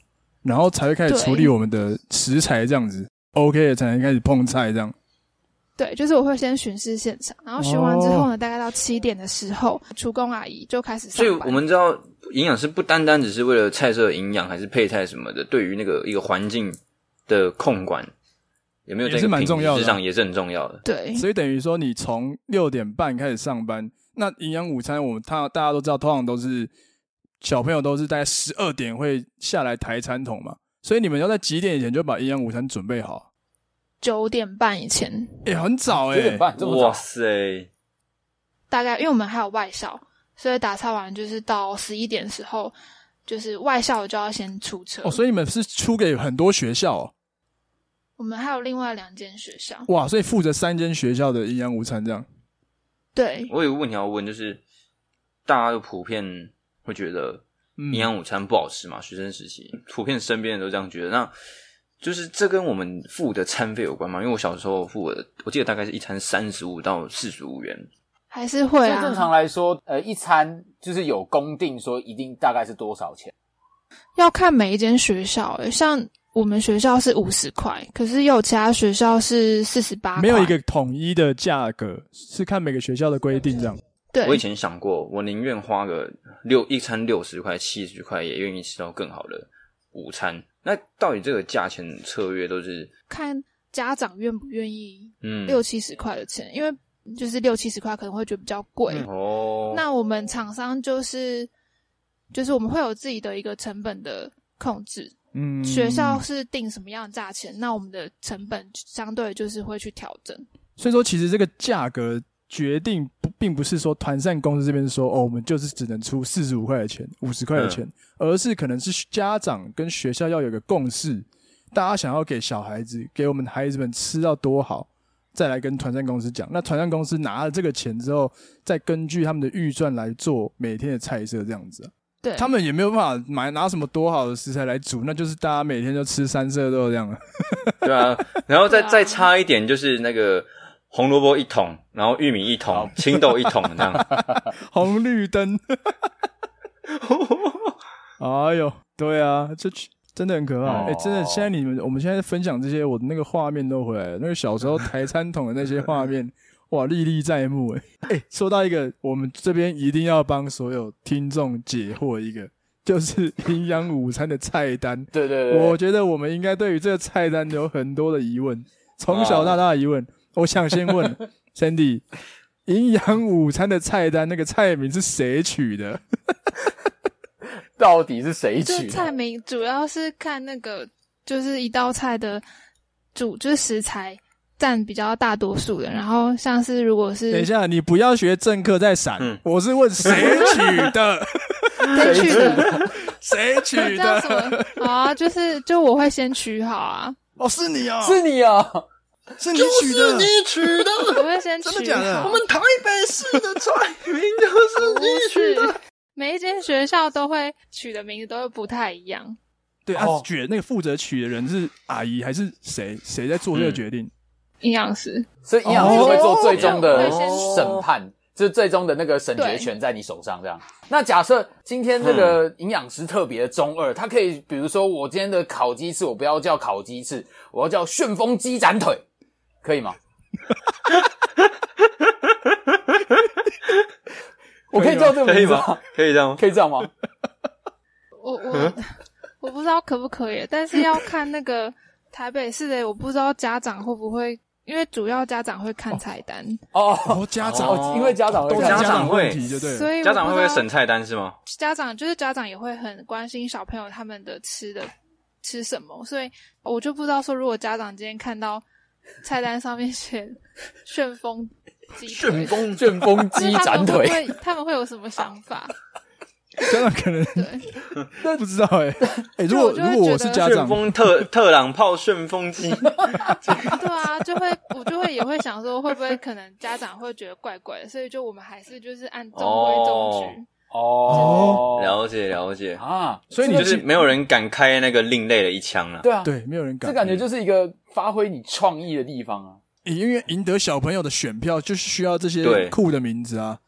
[SPEAKER 1] 然后才会开始
[SPEAKER 5] 对
[SPEAKER 1] 处理我们的食材这样子，OK 了才能开始碰菜这样。
[SPEAKER 5] 对，就是我会先巡视现场，然后巡完之
[SPEAKER 1] 哦
[SPEAKER 5] 后呢，大概到七点的时候，厨工阿姨就开始
[SPEAKER 3] 所
[SPEAKER 5] 上
[SPEAKER 3] 以
[SPEAKER 5] 班。
[SPEAKER 3] 我们知道，营养师不单单只是为了菜色的营养，还是配菜什么的，对于那个一个环境的控管，有没有
[SPEAKER 1] 也
[SPEAKER 3] 在
[SPEAKER 1] 是
[SPEAKER 3] 这个
[SPEAKER 1] 蛮
[SPEAKER 3] 品
[SPEAKER 1] 重要的
[SPEAKER 3] 质
[SPEAKER 1] 啊
[SPEAKER 3] 上也是很重要的。
[SPEAKER 5] 对
[SPEAKER 1] 所以等于说，你从六点半开始上班，那营养午餐我们他大家都知道，通常都是小朋友都是大概十二点会下来抬餐桶嘛，所以你们要在几点以前就把营养午餐准备好？
[SPEAKER 5] 九点半以前，
[SPEAKER 1] 哎、很早哎、
[SPEAKER 2] 九点半这么
[SPEAKER 3] 哇
[SPEAKER 2] 早，
[SPEAKER 3] 塞，
[SPEAKER 5] 大概因为我们还有外校，所以打扫完就是到十一点时候，就是外校的就要先出车。
[SPEAKER 1] 哦，所以你们是出给很多学校、哦、
[SPEAKER 5] 我们还有另外两间学 校，
[SPEAKER 1] 哇，所以负责三间学校的营养午餐这样。
[SPEAKER 5] 对，
[SPEAKER 3] 我有个问题要问，就是大家都普遍会觉得
[SPEAKER 1] 嗯
[SPEAKER 3] 营养午餐不好吃嘛？学生时期普遍身边人都这样觉得，那就是这跟我们付的餐费有关嘛？因为我小时候付的，我记得大概是一餐三十五到四十五元，
[SPEAKER 5] 还是会
[SPEAKER 2] 所以
[SPEAKER 5] 啊。
[SPEAKER 2] 正常来说，呃，一餐就是有公定说一定大概是多少钱。
[SPEAKER 5] 要看每一间学校、欸，像我们学校是五十块，可是也有其他学校是四十八，
[SPEAKER 1] 没有一个统一的价格，是看每个学校的规定这样。
[SPEAKER 5] 对
[SPEAKER 3] 我以前想过，我宁愿花个六一餐六十块、七十块，也愿意吃到更好的午餐。那到底这个价钱策略都是
[SPEAKER 5] 看家长愿不愿意
[SPEAKER 3] 嗯
[SPEAKER 5] 六七十块的钱，因为就是六七十块可能会觉得比较贵。
[SPEAKER 1] 嗯
[SPEAKER 3] 哦，
[SPEAKER 5] 那我们厂商就是就是我们会有自己的一个成本的控制，
[SPEAKER 1] 嗯，
[SPEAKER 5] 学校是定什么样的价钱，那我们的成本相对就是会去调整。
[SPEAKER 1] 所以说，其实这个价格决定不，并不是说团扇公司这边说哦，我们就是只能出四十五块的钱、五十块的钱，
[SPEAKER 5] 嗯
[SPEAKER 1] 而是可能是家长跟学校要有个共识，大家想要给小孩子、给我们孩子们吃到多好，再来跟团扇公司讲。那团扇公司拿了这个钱之后，再根据他们的预算来做每天的菜色，这样子啊、
[SPEAKER 5] 对，
[SPEAKER 1] 他们也没有办法买拿什么多好的食材来煮，那就是大家每天就吃三色豆这样了。
[SPEAKER 3] 对 啊，然后再、
[SPEAKER 5] 对啊
[SPEAKER 3] 再差一点就是那个红萝卜一桶，然后玉米一桶，青豆一桶这样。
[SPEAKER 1] 红绿灯。哎呦，对啊，这真的很可怕。哎、
[SPEAKER 2] 哦
[SPEAKER 1] 真的，现在你们我们现在分享这些，我的那个画面都回来了，那个小时候抬餐桶的那些画面，哇，历历在目。哎、哎，说到一个，我们这边一定要帮所有听众解惑一个，就是营养午餐的菜单。
[SPEAKER 2] 对对对，
[SPEAKER 1] 我觉得我们应该对于这个菜单有很多的疑问，从小到大的疑问。我想先问 Sandy，营养午餐的菜单那个菜名是谁取的？
[SPEAKER 2] 到底是谁
[SPEAKER 5] 这
[SPEAKER 2] 取
[SPEAKER 5] 菜
[SPEAKER 2] 的？
[SPEAKER 5] 名主要是看那个，就是一道菜的主就是食材占比较大多数的，然后像是如果
[SPEAKER 1] 等一
[SPEAKER 5] 是
[SPEAKER 1] 下，你不要学政客在闪，
[SPEAKER 3] 嗯
[SPEAKER 1] 我是问谁取的？
[SPEAKER 5] 谁取的，
[SPEAKER 1] 谁取
[SPEAKER 5] 这样什
[SPEAKER 1] 的？
[SPEAKER 5] 么好啊，就是就我会先取好啊，
[SPEAKER 4] 哦，是你哦，
[SPEAKER 2] 是你啊！
[SPEAKER 4] 是你取的，
[SPEAKER 3] 取的，
[SPEAKER 5] 我会先取
[SPEAKER 4] 真
[SPEAKER 5] 好，
[SPEAKER 4] 的假的我
[SPEAKER 3] 台北市的菜名 就是
[SPEAKER 5] 不是每一间学校都会取的名字都会不太一样，
[SPEAKER 1] 对啊
[SPEAKER 2] 哦，
[SPEAKER 1] 取那个负责取的人是阿姨还是谁？谁在做这个决定？
[SPEAKER 5] 营养师
[SPEAKER 2] 所以营养师会做最终的
[SPEAKER 5] 哦会先
[SPEAKER 2] 审判，就是最终的那个审决权在你手上。这
[SPEAKER 5] 哦
[SPEAKER 2] 样，那假设今天这个营养师特别的中二，他可以比如说，我今天的烤鸡翅，我不要叫烤鸡翅，我要叫旋风鸡斩腿，可以吗？我可以叫这个
[SPEAKER 3] 可以
[SPEAKER 2] 名字
[SPEAKER 3] 吗
[SPEAKER 2] 吗？？
[SPEAKER 3] 可以这样吗？
[SPEAKER 2] 可以这样吗？
[SPEAKER 5] 我
[SPEAKER 3] 嗯
[SPEAKER 5] 我 我不知道可不可以，但是要看那个台北市的，我不知道家长会不会，因为主要家长会看菜单，
[SPEAKER 2] 哦，
[SPEAKER 1] 哦，家长、
[SPEAKER 3] 哦
[SPEAKER 2] 因为家长会
[SPEAKER 1] 都
[SPEAKER 2] 这
[SPEAKER 1] 是
[SPEAKER 3] 家
[SPEAKER 2] 样
[SPEAKER 3] 长
[SPEAKER 1] 问题，就对了。
[SPEAKER 5] 所以我
[SPEAKER 3] 家长会不会
[SPEAKER 5] 知道
[SPEAKER 3] 审菜单是吗？
[SPEAKER 5] 家长就是家长也会很关心小朋友他们的吃的吃什么，所以我就不知道说，如果家长今天看到菜单上面写旋风鸡腿，
[SPEAKER 2] 旋风
[SPEAKER 5] 就是
[SPEAKER 2] 鸡
[SPEAKER 5] 他
[SPEAKER 2] 斩
[SPEAKER 5] 们会
[SPEAKER 2] 腿
[SPEAKER 5] 不，会他们会有什么想法？
[SPEAKER 1] 家长可能
[SPEAKER 5] 对，
[SPEAKER 1] 不知道哎、欸、欸如果
[SPEAKER 5] 对我就会
[SPEAKER 1] 如果我是
[SPEAKER 5] 觉
[SPEAKER 1] 家
[SPEAKER 3] 旋
[SPEAKER 1] 长，
[SPEAKER 3] 风特特朗炮旋风 机，
[SPEAKER 5] 对啊，就会我就会也会想说，会不会可能家长会觉得怪怪的，所以就我们还是就是按中规中矩。
[SPEAKER 2] 哦，
[SPEAKER 3] 了解了解，
[SPEAKER 2] 啊，
[SPEAKER 1] 所以你
[SPEAKER 2] 这
[SPEAKER 3] 就
[SPEAKER 2] 个
[SPEAKER 3] 是没有人敢开那个另类的一枪了。
[SPEAKER 2] 对啊，
[SPEAKER 1] 对，没有人敢，
[SPEAKER 2] 这感觉就是一个发挥你创意的地方啊。
[SPEAKER 1] 因为赢得小朋友的选票，就是需要这些
[SPEAKER 3] 对
[SPEAKER 1] 酷的名字啊。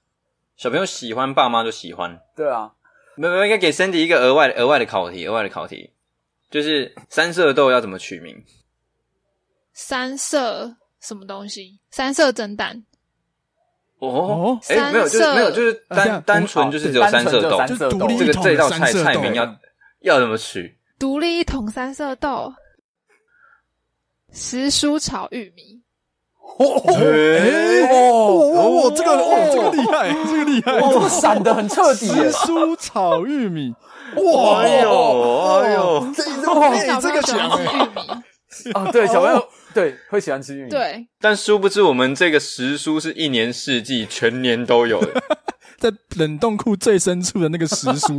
[SPEAKER 3] 小朋友喜欢，爸妈就喜欢。
[SPEAKER 2] 对啊，
[SPEAKER 3] 没有没有，应该给 Sandy 一个额外的额外的考题，额外的考题就是三色豆要怎么取名？
[SPEAKER 5] 三色什么东西？三色蒸蛋，
[SPEAKER 1] 哦
[SPEAKER 3] 哦，哎、没有，就
[SPEAKER 5] 三色
[SPEAKER 3] 是没有，就是
[SPEAKER 1] 啊这样
[SPEAKER 3] 单单纯就是只有三色豆
[SPEAKER 2] 单，
[SPEAKER 1] 就
[SPEAKER 2] 纯
[SPEAKER 1] 是
[SPEAKER 2] 色豆
[SPEAKER 1] 独立
[SPEAKER 3] 这
[SPEAKER 1] 一
[SPEAKER 3] 个
[SPEAKER 1] 桶
[SPEAKER 3] 这
[SPEAKER 1] 的
[SPEAKER 3] 道
[SPEAKER 1] 三
[SPEAKER 3] 菜
[SPEAKER 1] 色哦
[SPEAKER 3] 菜
[SPEAKER 1] 豆哎
[SPEAKER 3] 名要要怎么取？
[SPEAKER 5] 独立一桶三色豆，时蔬炒玉米。
[SPEAKER 1] 哎
[SPEAKER 3] 哎
[SPEAKER 1] 哦
[SPEAKER 3] 哦
[SPEAKER 1] 哦，这个哦这个厉害，这个厉害，
[SPEAKER 2] 哇，这个闪的很彻底耶，
[SPEAKER 1] 紫苏炒玉米，哇
[SPEAKER 3] 哎呦
[SPEAKER 1] 哦
[SPEAKER 3] 哎呦，
[SPEAKER 4] 这
[SPEAKER 5] 因为
[SPEAKER 4] 这
[SPEAKER 5] 小
[SPEAKER 4] 这个
[SPEAKER 5] 朋友喜
[SPEAKER 4] 奖
[SPEAKER 5] 欢吃
[SPEAKER 4] 哎，
[SPEAKER 5] 玉米，
[SPEAKER 2] 啊，对，小朋友对会喜欢吃玉米，，
[SPEAKER 5] 对，
[SPEAKER 3] 但殊不知我们这个时蔬是一年四季全年 都有的。
[SPEAKER 1] 在冷冻库最深处的那个时蔬。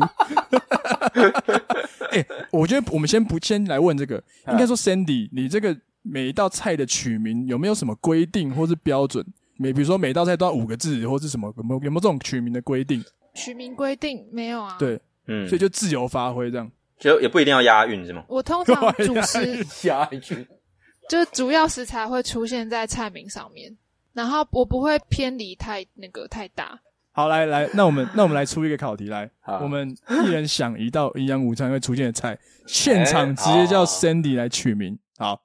[SPEAKER 1] 哎、我觉得我们先不先来问这个，应该说 Sandy，你这个每一道菜的取名有没有什么规定或是标准？每比如说每道菜都要五个字，或是什么有没有有没有这种取名的规定？
[SPEAKER 5] 取名规定没有啊？，
[SPEAKER 1] 对，
[SPEAKER 3] 嗯，
[SPEAKER 1] 所以就自由发挥这样。
[SPEAKER 3] 就也不一定要押韵是吗？
[SPEAKER 5] 我通常主食
[SPEAKER 2] 下一句
[SPEAKER 5] 就是主要食材会出现在菜名上面，然后我不会偏离太那个太大。
[SPEAKER 1] 好，来来，那我们那我们来出一个考题来，
[SPEAKER 2] 好
[SPEAKER 1] 我们一人想一道营养午餐会出现的菜，
[SPEAKER 2] 哎
[SPEAKER 1] 现场直接
[SPEAKER 3] 好
[SPEAKER 1] 叫 Sandy 来取名。好，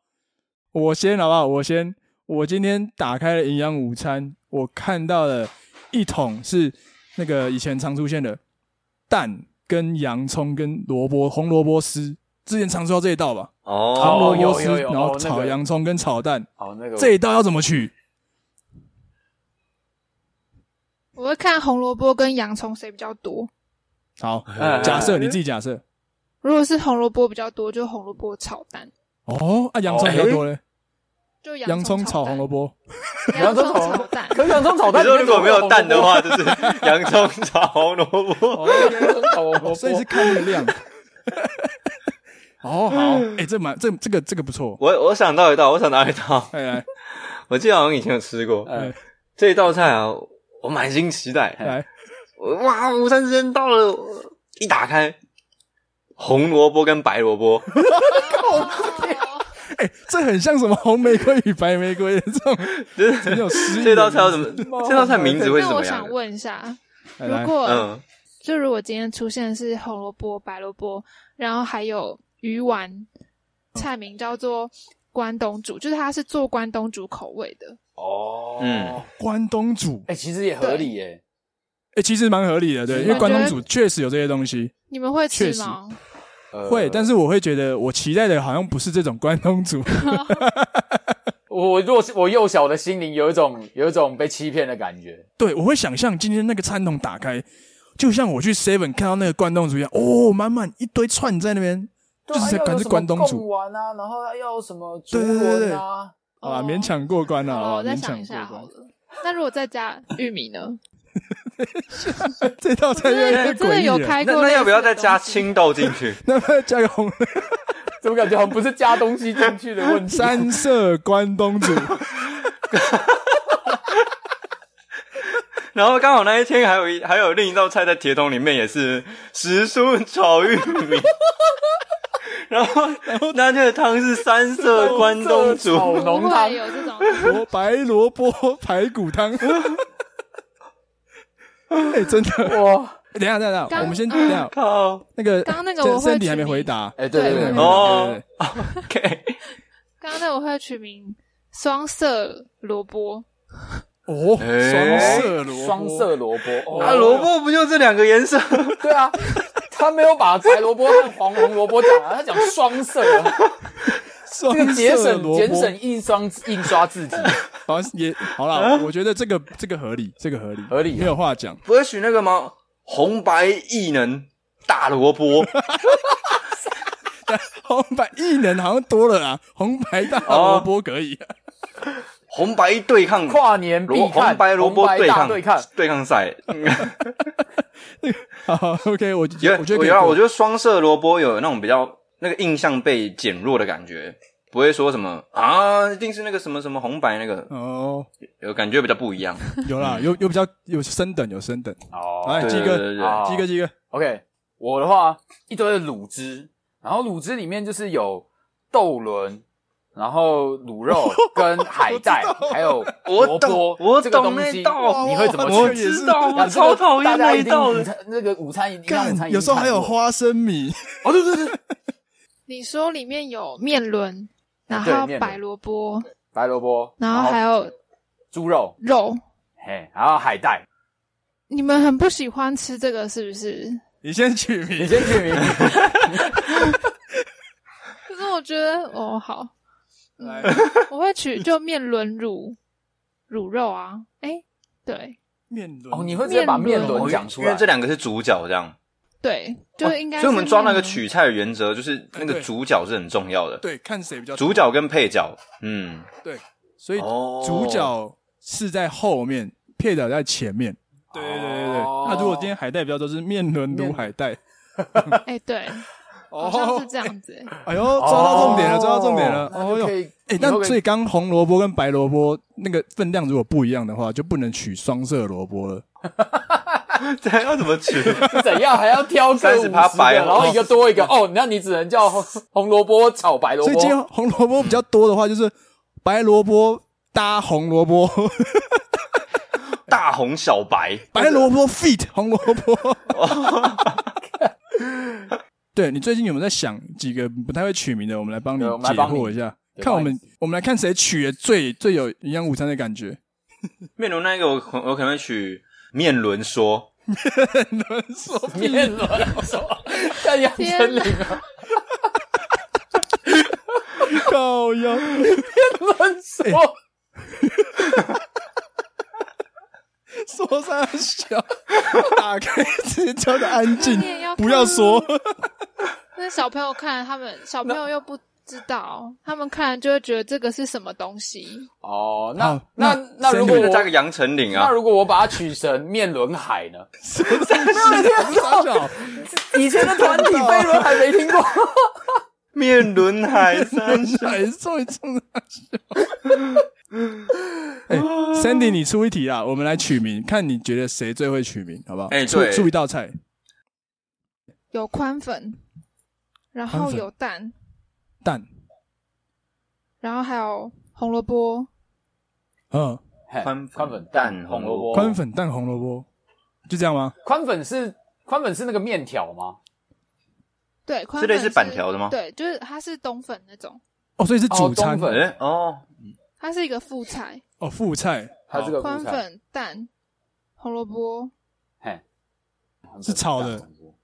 [SPEAKER 1] 我先好不好？我先，我今天打开了营养午餐，我看到了一桶是那个以前常出现的蛋、跟洋葱、跟萝卜、红萝卜丝，之前常说到这一道吧？
[SPEAKER 3] 哦，
[SPEAKER 1] 红萝
[SPEAKER 2] 有
[SPEAKER 1] 卜丝，
[SPEAKER 2] 有有
[SPEAKER 1] 然后
[SPEAKER 2] 哦那
[SPEAKER 1] 炒
[SPEAKER 2] 个
[SPEAKER 1] 洋葱跟炒蛋，
[SPEAKER 2] 好那个
[SPEAKER 1] 这一道要怎么取？
[SPEAKER 5] 我会看红萝卜跟洋葱谁比较多，
[SPEAKER 1] 好，
[SPEAKER 2] 嗯
[SPEAKER 1] 假设你自己假设。
[SPEAKER 5] 如果是红萝卜比较多，就红萝卜炒蛋，
[SPEAKER 1] 哦，啊，洋葱比较
[SPEAKER 2] 哎
[SPEAKER 1] 多嘞，
[SPEAKER 5] 就
[SPEAKER 1] 洋葱炒
[SPEAKER 5] 炒
[SPEAKER 1] 红萝
[SPEAKER 5] 蛋，
[SPEAKER 1] 卜。
[SPEAKER 5] 洋
[SPEAKER 2] 洋
[SPEAKER 5] 葱
[SPEAKER 2] 葱
[SPEAKER 5] 炒
[SPEAKER 2] 炒
[SPEAKER 5] 蛋。
[SPEAKER 2] 可是洋葱炒
[SPEAKER 3] 你
[SPEAKER 2] 蛋，
[SPEAKER 3] 说如果没有蛋的，话，就是 洋葱炒红萝卜。
[SPEAKER 2] 洋葱炒
[SPEAKER 1] 哦，
[SPEAKER 2] 萝
[SPEAKER 1] 所以是
[SPEAKER 2] 卜，
[SPEAKER 1] 看那个量。 哦，好，哎、这蛮这这个这个不错，哎
[SPEAKER 3] 我我想到一道，我想到一道，
[SPEAKER 1] 来来
[SPEAKER 3] 我记得好像以前有吃过
[SPEAKER 2] 嗯
[SPEAKER 3] 这一道菜啊，我满心期待。
[SPEAKER 1] 来，
[SPEAKER 3] 我哇，午餐时间到了，我一打开，红萝卜跟白 萝卜，
[SPEAKER 5] 哦
[SPEAKER 1] 哎、这很像什么红玫瑰与白玫瑰的这种
[SPEAKER 3] 就是
[SPEAKER 1] 很有诗意的啊
[SPEAKER 3] 这道菜要怎么？这道菜名字会是
[SPEAKER 5] 那
[SPEAKER 3] 怎
[SPEAKER 5] 我
[SPEAKER 3] 么样
[SPEAKER 5] 想
[SPEAKER 3] 的？
[SPEAKER 5] 问一下，
[SPEAKER 1] 来
[SPEAKER 5] 如
[SPEAKER 1] 哎来
[SPEAKER 5] 果、
[SPEAKER 3] 嗯，
[SPEAKER 5] 就如果今天出现的是红萝卜、白萝卜，然后还有鱼丸，菜名叫做关东煮，就是它是做关东煮口味的。
[SPEAKER 2] 哦，
[SPEAKER 3] 嗯，
[SPEAKER 1] 关东煮，哎、
[SPEAKER 2] 哎，其实也合理耶，
[SPEAKER 1] 其实蛮合理的，对，因为关东煮确实有这些东西，
[SPEAKER 5] 你们会
[SPEAKER 1] 确
[SPEAKER 5] 吃
[SPEAKER 1] 实
[SPEAKER 5] 吗？
[SPEAKER 2] 呃
[SPEAKER 1] 会，但是我会觉得我期待的好像不是这种关东煮，
[SPEAKER 2] 我呃我若是我幼小的心灵有一种有一种被欺骗的感觉，
[SPEAKER 1] 对我会想象今天那个餐桶打开，就像我去 Seven 看到那个关东煮一样，哦，满满一堆串在那边，
[SPEAKER 2] 啊
[SPEAKER 1] 就是才可能是关东煮，
[SPEAKER 2] 丸啊，然后要有什么
[SPEAKER 1] 竹轮啊对对对
[SPEAKER 2] 啊，
[SPEAKER 1] 好吧，
[SPEAKER 5] 哦
[SPEAKER 1] 勉强过关了，
[SPEAKER 5] 好
[SPEAKER 1] 好
[SPEAKER 5] 哦我
[SPEAKER 1] 吧，
[SPEAKER 5] 再
[SPEAKER 1] 勉
[SPEAKER 5] 想
[SPEAKER 1] 强
[SPEAKER 5] 一
[SPEAKER 1] 过
[SPEAKER 5] 下
[SPEAKER 1] 关
[SPEAKER 5] 好。了。那如果再加玉米 呢？
[SPEAKER 1] 这道菜越来越
[SPEAKER 5] 我真
[SPEAKER 1] 诡
[SPEAKER 5] 的有
[SPEAKER 1] 异了。啊
[SPEAKER 5] 开
[SPEAKER 3] 那
[SPEAKER 5] 过
[SPEAKER 3] 那
[SPEAKER 5] 类似的东西，
[SPEAKER 3] 要不要再加青豆进去？
[SPEAKER 1] 那么加个红
[SPEAKER 2] 怎么感觉好像不是加东西进去的问 题？
[SPEAKER 1] 三色关东 煮，
[SPEAKER 3] 然后刚好那一天还有一还有另一道菜在铁桶里面也是时蔬炒玉米， 然后那天的汤是三色关东
[SPEAKER 2] 炒
[SPEAKER 3] 煮，
[SPEAKER 2] 浓
[SPEAKER 5] 不
[SPEAKER 2] 汤
[SPEAKER 5] 会，有这种？
[SPEAKER 1] 萝白萝卜排骨汤。哎，真的，
[SPEAKER 2] 哇，
[SPEAKER 1] 等一下，等一下，
[SPEAKER 5] 刚
[SPEAKER 1] 我们先等一下，
[SPEAKER 3] 靠
[SPEAKER 1] 那个
[SPEAKER 5] 刚刚那个
[SPEAKER 1] 这
[SPEAKER 5] 我会
[SPEAKER 1] 身体还
[SPEAKER 5] 取
[SPEAKER 1] 没回
[SPEAKER 5] 名
[SPEAKER 1] 答。
[SPEAKER 2] 哎，对对
[SPEAKER 5] 对
[SPEAKER 2] 对，
[SPEAKER 5] 对
[SPEAKER 3] 哦，OK，
[SPEAKER 5] 刚刚那我会取名双色萝卜，
[SPEAKER 1] 哦，双
[SPEAKER 3] 哎
[SPEAKER 1] 色哦萝卜，
[SPEAKER 2] 双色萝卜，
[SPEAKER 3] 啊，
[SPEAKER 2] 哦，
[SPEAKER 3] 萝卜不就这两个颜色？
[SPEAKER 2] 对啊，他没有把白萝卜和黄红萝卜讲啊，他讲双色啊，
[SPEAKER 1] 双
[SPEAKER 2] 这个节
[SPEAKER 1] 色
[SPEAKER 2] 省
[SPEAKER 1] 萝
[SPEAKER 2] 节
[SPEAKER 1] 卜，
[SPEAKER 2] 省印刷印刷自己，
[SPEAKER 1] 好像也好啦，我觉得这个这个合理，这个合理，
[SPEAKER 2] 合理啊
[SPEAKER 1] 没有话讲。
[SPEAKER 3] 不会取那个吗？红白异能大萝 卜
[SPEAKER 1] 红白异能好像多了啊，红白大萝
[SPEAKER 2] 哦
[SPEAKER 1] 卜可以。
[SPEAKER 3] 红白对抗
[SPEAKER 2] 跨年必
[SPEAKER 3] 萝
[SPEAKER 2] 看
[SPEAKER 3] 红白萝卜
[SPEAKER 2] 红白
[SPEAKER 3] 对
[SPEAKER 2] 大
[SPEAKER 3] 抗
[SPEAKER 2] 对抗，
[SPEAKER 3] 对抗赛，嗯
[SPEAKER 1] 好，OK，我
[SPEAKER 3] 有，
[SPEAKER 1] 我觉得可以
[SPEAKER 3] 有啊，
[SPEAKER 1] 过
[SPEAKER 3] 我觉得双色萝卜有那种比较那个印象被减弱的感觉，不会说什么啊，一定是那个什么什么红白那个，
[SPEAKER 1] 哦，
[SPEAKER 3] 有感觉比较不一 样。
[SPEAKER 1] 有啦，有有比较有升等，有升等。
[SPEAKER 2] 哦
[SPEAKER 1] 来，
[SPEAKER 3] 对
[SPEAKER 1] 鸡
[SPEAKER 3] 对对
[SPEAKER 1] 哥，
[SPEAKER 3] 对
[SPEAKER 2] 好
[SPEAKER 1] 鸡哥，鸡哥，
[SPEAKER 2] OK，我的话一堆的卤汁，然后卤汁里面就是有豆轮，然后卤肉跟海带，还有
[SPEAKER 3] 我
[SPEAKER 2] 萝
[SPEAKER 3] 懂
[SPEAKER 2] 卜
[SPEAKER 3] 我
[SPEAKER 2] 这个
[SPEAKER 3] 懂
[SPEAKER 2] 东
[SPEAKER 3] 那
[SPEAKER 2] 西，
[SPEAKER 3] 道
[SPEAKER 2] 你会怎么
[SPEAKER 1] 我
[SPEAKER 2] 吃？
[SPEAKER 1] 知
[SPEAKER 3] 道我
[SPEAKER 2] 哇这个
[SPEAKER 3] 超讨厌
[SPEAKER 2] 大家
[SPEAKER 3] 那一
[SPEAKER 2] 一定
[SPEAKER 3] 道的
[SPEAKER 2] 午餐那个午餐一定，午餐
[SPEAKER 1] 干，
[SPEAKER 2] 一定
[SPEAKER 1] 有时候还有
[SPEAKER 2] 看过
[SPEAKER 1] 花生米，
[SPEAKER 2] 哦，对对对，
[SPEAKER 5] 你说里面有面轮，然
[SPEAKER 2] 对
[SPEAKER 5] 后
[SPEAKER 2] 面轮
[SPEAKER 5] 白萝卜，
[SPEAKER 2] 白萝卜，
[SPEAKER 5] 然后还有
[SPEAKER 2] 猪肉，
[SPEAKER 5] 肉。
[SPEAKER 2] 嘿，还有海带。
[SPEAKER 5] 你们很不喜欢吃这个是不是？
[SPEAKER 1] 你先取名
[SPEAKER 2] 你。先取名，
[SPEAKER 5] 可是我觉得哦好，嗯
[SPEAKER 1] 来
[SPEAKER 5] 我会取就面轮乳乳肉啊，哎，对
[SPEAKER 1] 面轮
[SPEAKER 2] 哦，你会直接把面
[SPEAKER 5] 轮
[SPEAKER 2] 轮讲出
[SPEAKER 3] 因为
[SPEAKER 2] 来
[SPEAKER 3] 这。两个是主角这样，
[SPEAKER 5] 对，就应该
[SPEAKER 3] 哦
[SPEAKER 5] 是面轮。
[SPEAKER 3] 所以我们抓那个取菜的原则，就是那
[SPEAKER 1] 哎
[SPEAKER 3] 个
[SPEAKER 1] 对
[SPEAKER 3] 主角是很重要的，
[SPEAKER 1] 对，看谁比较
[SPEAKER 3] 主角跟配角，嗯，
[SPEAKER 1] 对，所以
[SPEAKER 3] 哦
[SPEAKER 1] 主角是在后面，配角在前面。对对对对对。
[SPEAKER 2] 哦
[SPEAKER 1] 那如果今天海带比较多，是面轮卤海带。
[SPEAKER 5] 哎，对， 好像
[SPEAKER 1] 哦
[SPEAKER 5] 是，这样子。哎
[SPEAKER 1] 哎呦，抓到重点了，抓到重点了。
[SPEAKER 2] 哦那
[SPEAKER 1] 哦
[SPEAKER 2] 就
[SPEAKER 1] 呦
[SPEAKER 2] 可，以
[SPEAKER 1] 哎，
[SPEAKER 2] 以后
[SPEAKER 1] 那
[SPEAKER 2] 可以
[SPEAKER 1] 所以刚红萝卜跟白萝卜那个分量如果不一样的话，就不能取双色萝卜了。
[SPEAKER 3] 这还要怎么取？
[SPEAKER 2] 怎样还要挑个
[SPEAKER 3] 30%
[SPEAKER 2] 50的
[SPEAKER 3] 白
[SPEAKER 2] 然后一个多 一个哦，那你只能叫红红萝卜炒白萝
[SPEAKER 1] 所以今天
[SPEAKER 2] 卜。
[SPEAKER 1] 红萝卜比较多的话，就是白萝卜搭红萝卜，
[SPEAKER 3] 大红小白，
[SPEAKER 1] 白萝卜 feed 红萝卜。 对你最近有没有在想几个不太会取名的？我们来帮你
[SPEAKER 2] 对我们来
[SPEAKER 1] 解
[SPEAKER 2] 帮你
[SPEAKER 1] 惑一下，
[SPEAKER 2] 对
[SPEAKER 1] 看我
[SPEAKER 2] 帮你
[SPEAKER 1] 们我们来看谁取的最最有营养午餐的感 觉。
[SPEAKER 3] 面轮那一个我可我可能会取面轮说，
[SPEAKER 2] 面 轮说，像 杨丞琳啊，
[SPEAKER 1] 靠腰，
[SPEAKER 2] 乱说。
[SPEAKER 1] 说三小， 打开直接的安静
[SPEAKER 5] 那你也要，看
[SPEAKER 1] 不要说。
[SPEAKER 5] 那小朋友看他们，小朋友又不知道，他们看就会觉得这个是什么东西。
[SPEAKER 1] 好
[SPEAKER 2] 哦，那那
[SPEAKER 1] 那
[SPEAKER 2] 那如
[SPEAKER 1] 森
[SPEAKER 2] 果
[SPEAKER 1] 林
[SPEAKER 3] 就
[SPEAKER 2] 我
[SPEAKER 3] 加个杨丞琳啊
[SPEAKER 2] 那，如果我把它取成面轮海呢？
[SPEAKER 5] 啊
[SPEAKER 1] 三小，
[SPEAKER 2] 以前的团体飞轮海没听过，
[SPEAKER 3] 面轮海
[SPEAKER 1] 哎
[SPEAKER 3] 三小，
[SPEAKER 1] 还终于中了。哎，Sandy，你出一题啊，我们来取名，看你觉得谁最会取名，好不好？
[SPEAKER 3] 哎
[SPEAKER 1] 出
[SPEAKER 3] 对
[SPEAKER 1] 出一道菜，
[SPEAKER 5] 有宽粉，然
[SPEAKER 1] 宽
[SPEAKER 5] 后
[SPEAKER 1] 粉
[SPEAKER 5] 有蛋，
[SPEAKER 1] 蛋，
[SPEAKER 5] 然后还有红萝卜，
[SPEAKER 1] 嗯，
[SPEAKER 2] 嘿
[SPEAKER 3] 宽
[SPEAKER 2] 宽粉蛋红萝卜，
[SPEAKER 1] 宽粉蛋红萝卜，就这样吗？
[SPEAKER 2] 宽粉是宽粉是那个面条吗？
[SPEAKER 5] 对，宽
[SPEAKER 3] 这
[SPEAKER 5] 粉
[SPEAKER 3] 类是板条的吗
[SPEAKER 5] 对，就是它是冬粉那种，
[SPEAKER 1] 哦，所以是主
[SPEAKER 2] 哦
[SPEAKER 1] 餐
[SPEAKER 2] 冬粉
[SPEAKER 3] 哎哦，
[SPEAKER 5] 它是一个副菜，
[SPEAKER 1] 哦，副菜
[SPEAKER 2] 它这个
[SPEAKER 5] 宽
[SPEAKER 2] 副菜
[SPEAKER 5] 粉蛋红萝卜，
[SPEAKER 2] 嘿
[SPEAKER 1] 是炒的，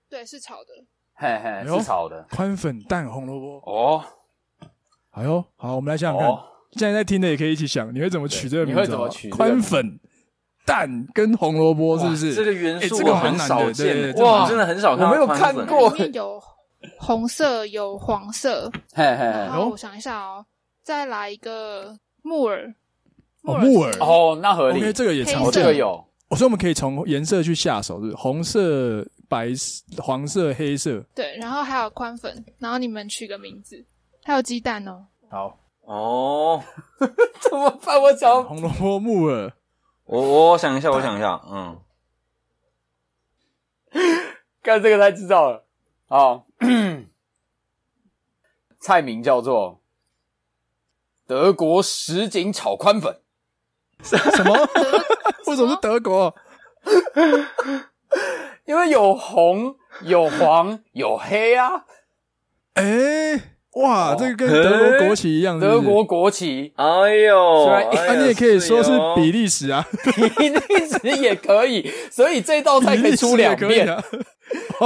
[SPEAKER 5] 对，是炒 的。
[SPEAKER 2] 嘿
[SPEAKER 1] 哎
[SPEAKER 2] 嘿
[SPEAKER 1] 呦
[SPEAKER 2] 是炒的
[SPEAKER 1] 宽粉蛋红萝卜。
[SPEAKER 2] 哦
[SPEAKER 1] 哎呦，好，我们来想想看
[SPEAKER 2] 哦，，
[SPEAKER 1] 现在在听的也可以一起想，你会怎么取这个名字？
[SPEAKER 2] 你会怎么
[SPEAKER 1] 好不好
[SPEAKER 2] 取这个
[SPEAKER 1] 宽粉蛋跟红萝卜是不是？
[SPEAKER 3] 这个元
[SPEAKER 1] 哎
[SPEAKER 3] 素
[SPEAKER 1] 这个
[SPEAKER 3] 我
[SPEAKER 1] 蛮
[SPEAKER 3] 很
[SPEAKER 1] 难的
[SPEAKER 3] 少
[SPEAKER 1] 对对
[SPEAKER 3] 见，
[SPEAKER 1] 对
[SPEAKER 2] 哇
[SPEAKER 3] 我真的很少看到
[SPEAKER 2] 我没有
[SPEAKER 3] 宽
[SPEAKER 2] 看
[SPEAKER 3] 粉
[SPEAKER 2] 过
[SPEAKER 5] 里面有红色，有黄色，
[SPEAKER 2] 嘿嘿
[SPEAKER 5] 然
[SPEAKER 2] 嘿
[SPEAKER 5] 后我想一下哦，再来一个木耳，
[SPEAKER 1] 哦
[SPEAKER 5] 耳是
[SPEAKER 1] 木耳
[SPEAKER 2] 哦，那合理
[SPEAKER 1] OK，这个也
[SPEAKER 5] 黑
[SPEAKER 1] 常
[SPEAKER 2] 哦，
[SPEAKER 5] 色
[SPEAKER 2] 这
[SPEAKER 1] 见
[SPEAKER 2] 个。有
[SPEAKER 1] 哦所以我们可以从颜色去下手，是不是红色、白色、黄色、黑色。
[SPEAKER 5] 对，然后还有宽粉，然后你们取个名字，还有鸡蛋 哦，
[SPEAKER 1] 好，
[SPEAKER 3] 哦。
[SPEAKER 2] 怎么办？我想 要
[SPEAKER 1] 红萝卜、木耳，
[SPEAKER 3] 我我想一下，我想一下，嗯，
[SPEAKER 2] 看这个才知道了。哦， 菜名叫做德国什锦炒宽粉，
[SPEAKER 1] 什么？为什么是德国？
[SPEAKER 2] 因为有红、有黄、 有黑啊，
[SPEAKER 1] 哎、哇，
[SPEAKER 2] 哦
[SPEAKER 1] 这个跟德国国旗一样，是不
[SPEAKER 2] 德
[SPEAKER 1] 是
[SPEAKER 2] 国国旗，
[SPEAKER 3] 哎呦，
[SPEAKER 2] 虽然
[SPEAKER 1] 啊，
[SPEAKER 3] 哎呀
[SPEAKER 1] 你也可以说是比
[SPEAKER 3] 哦
[SPEAKER 1] 利时啊，
[SPEAKER 2] 比利时也可以，所以这道菜
[SPEAKER 1] 比
[SPEAKER 2] 哦可
[SPEAKER 1] 利
[SPEAKER 2] 以
[SPEAKER 1] 时
[SPEAKER 2] 出
[SPEAKER 1] 也
[SPEAKER 2] 两
[SPEAKER 1] 可以
[SPEAKER 2] 遍，
[SPEAKER 1] 啊。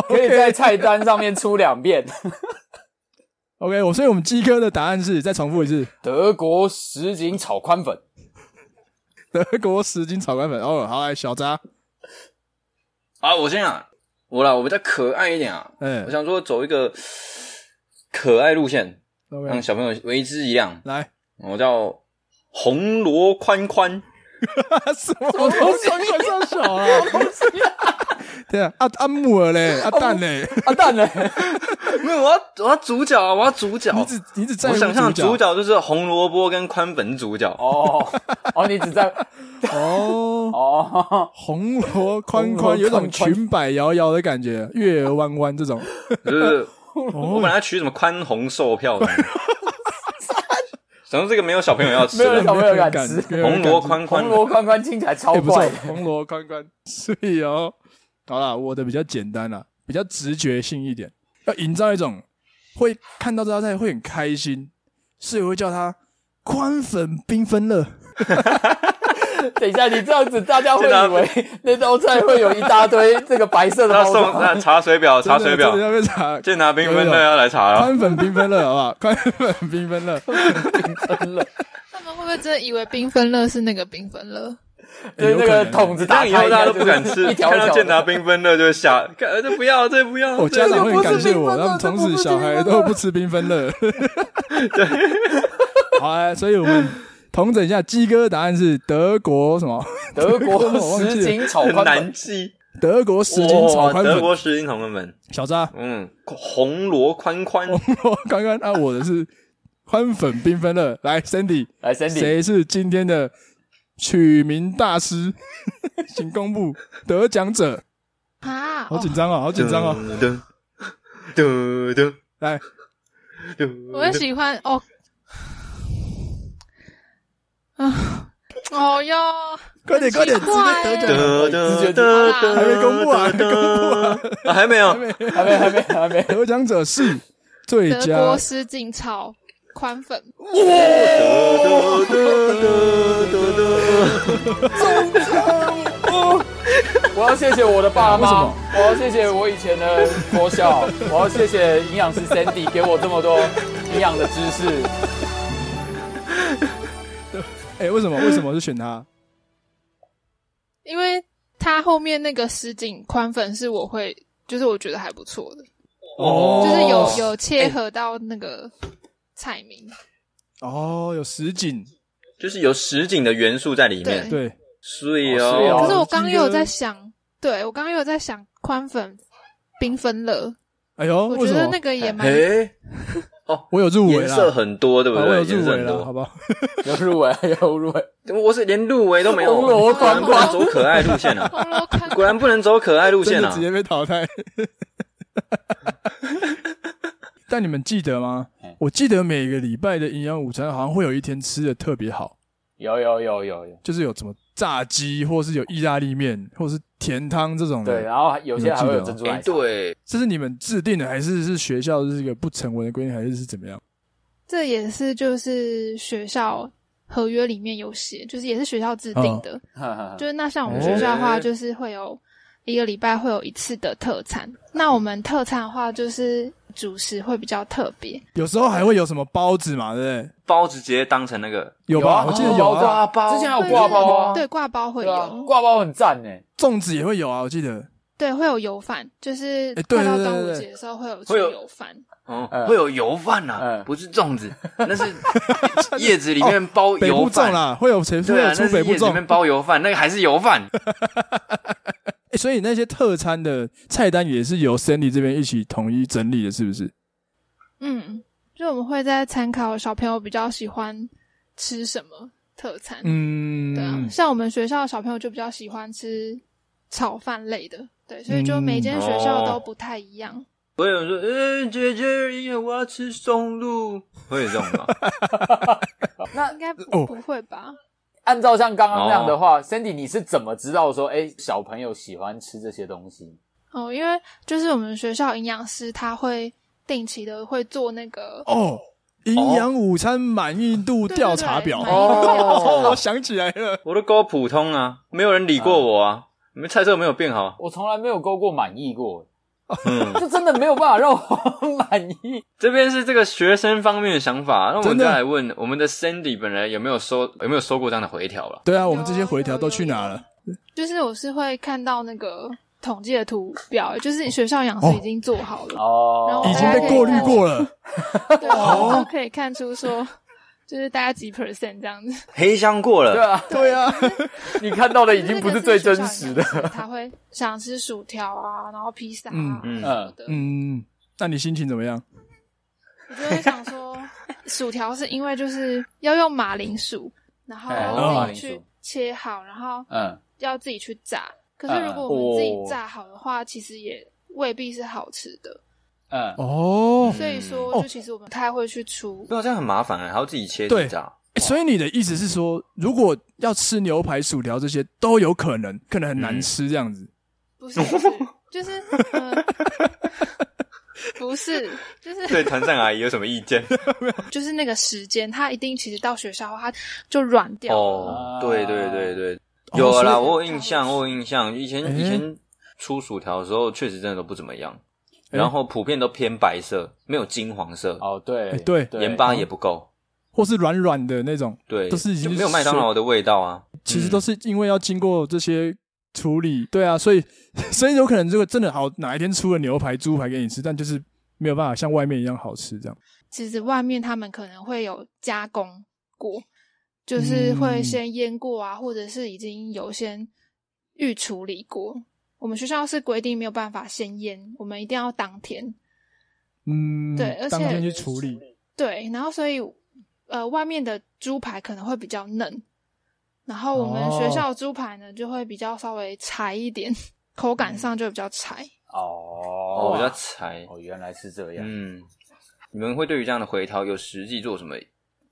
[SPEAKER 2] 可以在菜单上面出两遍。
[SPEAKER 1] OK，我所以我们鸡哥的答案是，再重复一次，
[SPEAKER 2] 德国什锦炒宽粉，
[SPEAKER 1] 德国十斤炒干粉。哦，好，来小扎，
[SPEAKER 3] 啊，我先啊，我啦，我比较可爱一点啊，
[SPEAKER 1] 哎、
[SPEAKER 3] 我想说走一个可爱路线，
[SPEAKER 1] o
[SPEAKER 3] 让
[SPEAKER 1] k
[SPEAKER 3] 小朋友为之一亮。
[SPEAKER 1] 来，
[SPEAKER 3] 我叫红罗宽宽，
[SPEAKER 1] 什么？我从小小啊， 对啊，啊啊木耳嘞，啊蛋嘞，
[SPEAKER 2] 啊蛋嘞，
[SPEAKER 3] 没有，我要我要主角啊，我要主角。
[SPEAKER 1] 你只你只在乎
[SPEAKER 3] 我想象的主
[SPEAKER 1] 主角
[SPEAKER 3] 角就是红萝卜跟宽本主 角。
[SPEAKER 2] 哦哦，你只在
[SPEAKER 1] 哦，
[SPEAKER 2] 哦，
[SPEAKER 1] 红罗宽
[SPEAKER 2] 红罗
[SPEAKER 1] 宽，有一种
[SPEAKER 2] 宽宽
[SPEAKER 1] 裙摆摇摇的感觉，月儿弯弯这种。
[SPEAKER 3] 就是我本来取什么宽宏售票的，想说这个没有小朋友要吃
[SPEAKER 2] 没有人
[SPEAKER 3] 的
[SPEAKER 2] 小，朋友敢
[SPEAKER 1] 敢
[SPEAKER 2] 吃
[SPEAKER 1] 没有人
[SPEAKER 3] 红
[SPEAKER 1] 敢
[SPEAKER 3] 萝
[SPEAKER 1] 吃
[SPEAKER 3] 宽宽
[SPEAKER 2] 红
[SPEAKER 3] 的，
[SPEAKER 2] 萝宽宽听起来超
[SPEAKER 1] 哎，不错
[SPEAKER 2] 怪的，，
[SPEAKER 1] 红罗宽宽，所以哦，好啦，我的比较简单啦，比较直觉性一点，要营造一种会看到这道菜会很开心，所以我会叫它宽粉缤纷乐。
[SPEAKER 2] 等一下，你这样子，大家会
[SPEAKER 3] 真的啊
[SPEAKER 2] 以为那道菜会有一大堆 这个白色的
[SPEAKER 3] 他
[SPEAKER 2] 包
[SPEAKER 3] 送
[SPEAKER 2] 装。
[SPEAKER 3] 他查水表，查水表
[SPEAKER 1] 真，的要被查。
[SPEAKER 3] 健达缤纷的要来查了。
[SPEAKER 1] 宽粉缤纷乐，好不好？宽粉缤纷乐，
[SPEAKER 5] 他们会不会真的以为缤纷乐是那个缤纷乐？
[SPEAKER 2] 对，
[SPEAKER 1] 有
[SPEAKER 2] 那
[SPEAKER 1] 可
[SPEAKER 2] 个
[SPEAKER 1] 能
[SPEAKER 2] 桶子打
[SPEAKER 3] 但
[SPEAKER 2] 开，
[SPEAKER 3] 以后大家都不敢
[SPEAKER 2] 就是
[SPEAKER 3] 吃，
[SPEAKER 2] 一条
[SPEAKER 3] 看
[SPEAKER 2] 一
[SPEAKER 3] 到
[SPEAKER 2] 条
[SPEAKER 3] 健达
[SPEAKER 2] 的。
[SPEAKER 3] 缤纷的就吓，看呃这不要，这不要，
[SPEAKER 1] 我
[SPEAKER 3] 这
[SPEAKER 1] 哦家长会很感谢我，
[SPEAKER 2] 这
[SPEAKER 1] 他
[SPEAKER 2] 个
[SPEAKER 1] 们
[SPEAKER 2] 不是
[SPEAKER 1] 从
[SPEAKER 2] 缤纷乐
[SPEAKER 1] 此小孩都不吃缤纷乐。对，好啊，所以我们统整一下，鸡哥的答案是德国什么？
[SPEAKER 2] 德国
[SPEAKER 1] 我忘记
[SPEAKER 2] 什
[SPEAKER 1] 了
[SPEAKER 2] 锦炒
[SPEAKER 3] 很
[SPEAKER 2] 宽
[SPEAKER 3] 难
[SPEAKER 2] 粉，
[SPEAKER 3] 记。
[SPEAKER 1] 德国十斤炒
[SPEAKER 3] 哇，
[SPEAKER 1] 宽
[SPEAKER 3] 德
[SPEAKER 1] 粉，
[SPEAKER 3] 国十斤炒宽粉，
[SPEAKER 1] 小扎，
[SPEAKER 3] 嗯，红罗宽宽，
[SPEAKER 1] 我刚刚按我的是宽粉缤纷乐，来 Sandy，
[SPEAKER 2] 来，Sandy，
[SPEAKER 1] 谁是今天的取名大师？ 请公布得奖者。
[SPEAKER 5] 啊，
[SPEAKER 1] 好
[SPEAKER 5] 哦
[SPEAKER 1] 紧张哦，好紧张哦！
[SPEAKER 3] 噔噔噔
[SPEAKER 1] 来，
[SPEAKER 3] 噔，
[SPEAKER 5] 我很喜欢哦， 啊，哦哟，
[SPEAKER 4] 快点快点，
[SPEAKER 5] 奇
[SPEAKER 4] 这
[SPEAKER 5] 怪
[SPEAKER 4] 边得奖，
[SPEAKER 3] 得得得得，
[SPEAKER 1] 还没公布啊还没
[SPEAKER 3] 公布啊，还 没有，
[SPEAKER 5] 欸
[SPEAKER 2] 还没，还没，还没。
[SPEAKER 1] 得奖者是最
[SPEAKER 5] 德
[SPEAKER 1] 佳
[SPEAKER 5] 国什锦炒宽粉，
[SPEAKER 3] 得得得得得，
[SPEAKER 2] 我要谢谢我的爸
[SPEAKER 1] 为什
[SPEAKER 2] 妈
[SPEAKER 1] 么，
[SPEAKER 2] 我要谢谢我以前的国小， 我要谢谢营养师 Sandy 给我这么多营养的知识。
[SPEAKER 1] 哎、为什么为什么是选他？
[SPEAKER 5] 因为它后面那个什锦宽粉是我会，就是我觉得还不错的，
[SPEAKER 1] 哦
[SPEAKER 5] 就是有有切合到那个菜名，
[SPEAKER 1] 哦，有实景，
[SPEAKER 3] 就是有实景的元素在里面，
[SPEAKER 5] 对。
[SPEAKER 1] 对，
[SPEAKER 3] 所以
[SPEAKER 2] 哦所以
[SPEAKER 5] 可
[SPEAKER 2] 哦
[SPEAKER 5] 是我刚刚又有
[SPEAKER 1] 这个
[SPEAKER 5] 在想，对我刚刚又有在想宽粉缤纷乐，
[SPEAKER 1] 哎呦，
[SPEAKER 5] 我
[SPEAKER 1] 为
[SPEAKER 5] 觉
[SPEAKER 1] 什
[SPEAKER 5] 得
[SPEAKER 1] 么？
[SPEAKER 5] 那个也蛮
[SPEAKER 3] 哎，
[SPEAKER 1] 我有入围
[SPEAKER 3] 颜
[SPEAKER 1] 啦，
[SPEAKER 3] 色很多，对不
[SPEAKER 1] 啊我有
[SPEAKER 3] 对？
[SPEAKER 1] 入
[SPEAKER 3] 颜色
[SPEAKER 1] 围
[SPEAKER 3] 很
[SPEAKER 1] 了，好不
[SPEAKER 3] 多，
[SPEAKER 1] 好？
[SPEAKER 2] 有入围，有入围，
[SPEAKER 3] 我是连入围都没有，
[SPEAKER 2] 红罗
[SPEAKER 3] 果然不
[SPEAKER 2] 宽
[SPEAKER 3] 能
[SPEAKER 2] 宽
[SPEAKER 3] 走可爱路线啊，
[SPEAKER 5] 红楼宽
[SPEAKER 3] 果然不能走可爱路
[SPEAKER 1] 真
[SPEAKER 3] 线
[SPEAKER 1] 的
[SPEAKER 3] 啊
[SPEAKER 1] 直，接被淘汰。但你们记得吗？
[SPEAKER 3] 嗯
[SPEAKER 1] 我记得每个礼拜的营养午餐好像会有一天吃的特别好，
[SPEAKER 2] 有有有有有。
[SPEAKER 1] 就是有什么炸鸡，或是有意大利面，或是甜汤这种的。
[SPEAKER 3] 啊
[SPEAKER 2] 对，然后有些还会有珍珠奶
[SPEAKER 3] 哎，
[SPEAKER 2] 茶。
[SPEAKER 3] 对，
[SPEAKER 1] 这是你们制定的，还是是学校这是一个不成文的规定，还是是怎么样？
[SPEAKER 5] 这也是就是学校合约里面有写，就是也是学校制定的。
[SPEAKER 2] 嗯
[SPEAKER 3] 哎
[SPEAKER 5] 就是那像我们学校的话，
[SPEAKER 3] 哦
[SPEAKER 5] 就是会有一个礼拜会有一次的特餐。那我们特餐的话，就是主食会比较特别，
[SPEAKER 1] 有时候还会有什么包子嘛，对不对？
[SPEAKER 3] 包子直接当成那个
[SPEAKER 1] 有
[SPEAKER 2] 有
[SPEAKER 1] 吧？
[SPEAKER 2] 啊
[SPEAKER 1] 我记得有
[SPEAKER 2] 有啊
[SPEAKER 1] 啊，
[SPEAKER 3] 挂包，
[SPEAKER 2] 之前还有
[SPEAKER 5] 对
[SPEAKER 2] 挂包啊，
[SPEAKER 5] 对挂包会
[SPEAKER 2] 对啊
[SPEAKER 5] 有，
[SPEAKER 2] 挂包很赞呢。
[SPEAKER 1] 粽子也会有啊，我记得。
[SPEAKER 5] 对会有油饭，就是
[SPEAKER 1] 哎对
[SPEAKER 5] 快到
[SPEAKER 1] 对对
[SPEAKER 5] 端
[SPEAKER 1] 对
[SPEAKER 5] 午
[SPEAKER 1] 对
[SPEAKER 5] 节的时候会有
[SPEAKER 3] 会
[SPEAKER 5] 出
[SPEAKER 3] 有
[SPEAKER 5] 油饭。
[SPEAKER 3] 哦
[SPEAKER 1] 呃
[SPEAKER 2] 嗯，
[SPEAKER 3] 会有油饭呐
[SPEAKER 2] 嗯，
[SPEAKER 3] 不是 粽子，那是叶子里面包
[SPEAKER 1] 哦北
[SPEAKER 3] 油
[SPEAKER 1] 部粽
[SPEAKER 3] 饭。
[SPEAKER 1] 啦，会有谁会
[SPEAKER 3] 对
[SPEAKER 1] 有
[SPEAKER 3] 啊，
[SPEAKER 1] 出
[SPEAKER 3] 那
[SPEAKER 1] 北
[SPEAKER 3] 是
[SPEAKER 1] 部
[SPEAKER 3] 叶子里
[SPEAKER 1] 粽？
[SPEAKER 3] 面包油饭，那个还是油饭。
[SPEAKER 1] 欸所以那些特餐的菜单也是由 Sandy 这边一起统一整理的，是不是？
[SPEAKER 5] 嗯，就我们会在参考小朋友比较喜欢吃什么特餐。
[SPEAKER 1] 嗯，
[SPEAKER 5] 对啊，像我们学校的小朋友就比较喜欢吃炒饭类的，对，所以就每
[SPEAKER 1] 嗯
[SPEAKER 5] 间学校都不太一样。
[SPEAKER 3] 我有人说，嗯，姐姐，我要吃松露，会有这种 吗？
[SPEAKER 5] 应该不、
[SPEAKER 1] 哦
[SPEAKER 5] 不会吧？
[SPEAKER 2] 按照像刚刚那样的话，Sandy，你是怎么知道说，哎，小朋友喜欢吃这些东西？
[SPEAKER 5] 哦，因为就是我们学校营养师他会定期的会做那个
[SPEAKER 1] 哦，营养午餐满意度
[SPEAKER 5] 对对
[SPEAKER 1] 调查表。
[SPEAKER 5] 对
[SPEAKER 1] 哦，
[SPEAKER 5] 满意度调查表
[SPEAKER 1] 我想起来了，
[SPEAKER 3] 我都勾普通啊，没有人理过我啊，你们菜色没有 变好，啊
[SPEAKER 2] 我从来没有勾过满意过，
[SPEAKER 3] 嗯，
[SPEAKER 2] 就真的没有办法让我满意。
[SPEAKER 3] 这边是这个学生方面的想法，那我
[SPEAKER 1] 真
[SPEAKER 3] 们
[SPEAKER 1] 的
[SPEAKER 3] 再来问我们的 Sandy 本人有没有收有没有收过这样的回条了？
[SPEAKER 1] 对啊，我们这些回调都去哪了？
[SPEAKER 5] 就是我是会看到那个统计的图表，就是学校营养师已经做好了，
[SPEAKER 2] 哦
[SPEAKER 5] 然后
[SPEAKER 1] 已经被过滤过了。
[SPEAKER 5] 对，然后就可以看出说，就是大概几 percent 这样子。
[SPEAKER 3] 黑箱过
[SPEAKER 2] 对
[SPEAKER 3] 了，
[SPEAKER 2] 啊，
[SPEAKER 1] 对啊，
[SPEAKER 2] 你看到的已经不是最真实的。
[SPEAKER 5] 那个是学校里面吃，他会想吃薯条啊，然后披萨啊
[SPEAKER 3] 嗯嗯
[SPEAKER 5] 什么的。
[SPEAKER 1] 嗯，那你心情怎么样？
[SPEAKER 5] 我就会想说，薯条是因为就是要用马铃薯，然后
[SPEAKER 2] 哎
[SPEAKER 5] 要自
[SPEAKER 2] 哦
[SPEAKER 5] 己去切好，然后
[SPEAKER 2] 嗯，哦
[SPEAKER 5] 要自己去炸。可是如果我们自己炸好的话，其实也未必是好吃的。
[SPEAKER 2] 嗯，
[SPEAKER 1] 哦，
[SPEAKER 5] 所以说，就其实我们不太会去出
[SPEAKER 3] 对啊，这样很麻烦、欸，还要自己切
[SPEAKER 1] 对
[SPEAKER 3] 自炸。
[SPEAKER 1] 欸所以你的意思是说，如果要吃牛排、薯条这些都有可能，可能很
[SPEAKER 3] 嗯
[SPEAKER 1] 难吃这样子。
[SPEAKER 5] 不是，不是就是，呃、不是，就是
[SPEAKER 3] 对团长阿姨有什么意见？
[SPEAKER 5] 就是那个时间，它一定其实到学校的话，它就软掉了。
[SPEAKER 3] 哦，对对对对，
[SPEAKER 1] 啊哦
[SPEAKER 3] 有啦，
[SPEAKER 1] 所以
[SPEAKER 3] 我有印象，我有印象。以前
[SPEAKER 1] 诶
[SPEAKER 3] 以前出薯条的时候，确实真的都不怎么样，
[SPEAKER 1] 诶
[SPEAKER 3] 然后普遍都偏白色，没有金黄色，
[SPEAKER 2] 哦，对
[SPEAKER 1] 哎对
[SPEAKER 3] 盐巴也不够，
[SPEAKER 1] 或是软软的那种，
[SPEAKER 3] 对，
[SPEAKER 1] 都是已经
[SPEAKER 3] 就是没有麦当劳的味道啊。
[SPEAKER 1] 其实都
[SPEAKER 2] 嗯
[SPEAKER 1] 是因为要经过这些处理。对啊，所以 所以有可能，如果真的好哪一天出了牛排、猪排给你吃，但就是没有办法像外面一样好吃这样。
[SPEAKER 5] 其实外面他们可能会有加工过，就是会先腌过啊，或者是已经有先预处理过。我们学校是规定没有办法先腌，我们一定要当天。
[SPEAKER 1] 嗯，
[SPEAKER 5] 对而且
[SPEAKER 1] 当天去处理。
[SPEAKER 5] 对，然后所以呃，外面的猪排可能会比较嫩，然后我们
[SPEAKER 1] 哦
[SPEAKER 5] 学校的猪排呢就会比较稍微柴一点，口感上就会比较柴。
[SPEAKER 2] 哦，
[SPEAKER 3] 哦，我要猜，
[SPEAKER 2] 哦，原来是
[SPEAKER 1] 啊
[SPEAKER 2] 这样。
[SPEAKER 3] 嗯，你们会对于这样的回调有实际做什么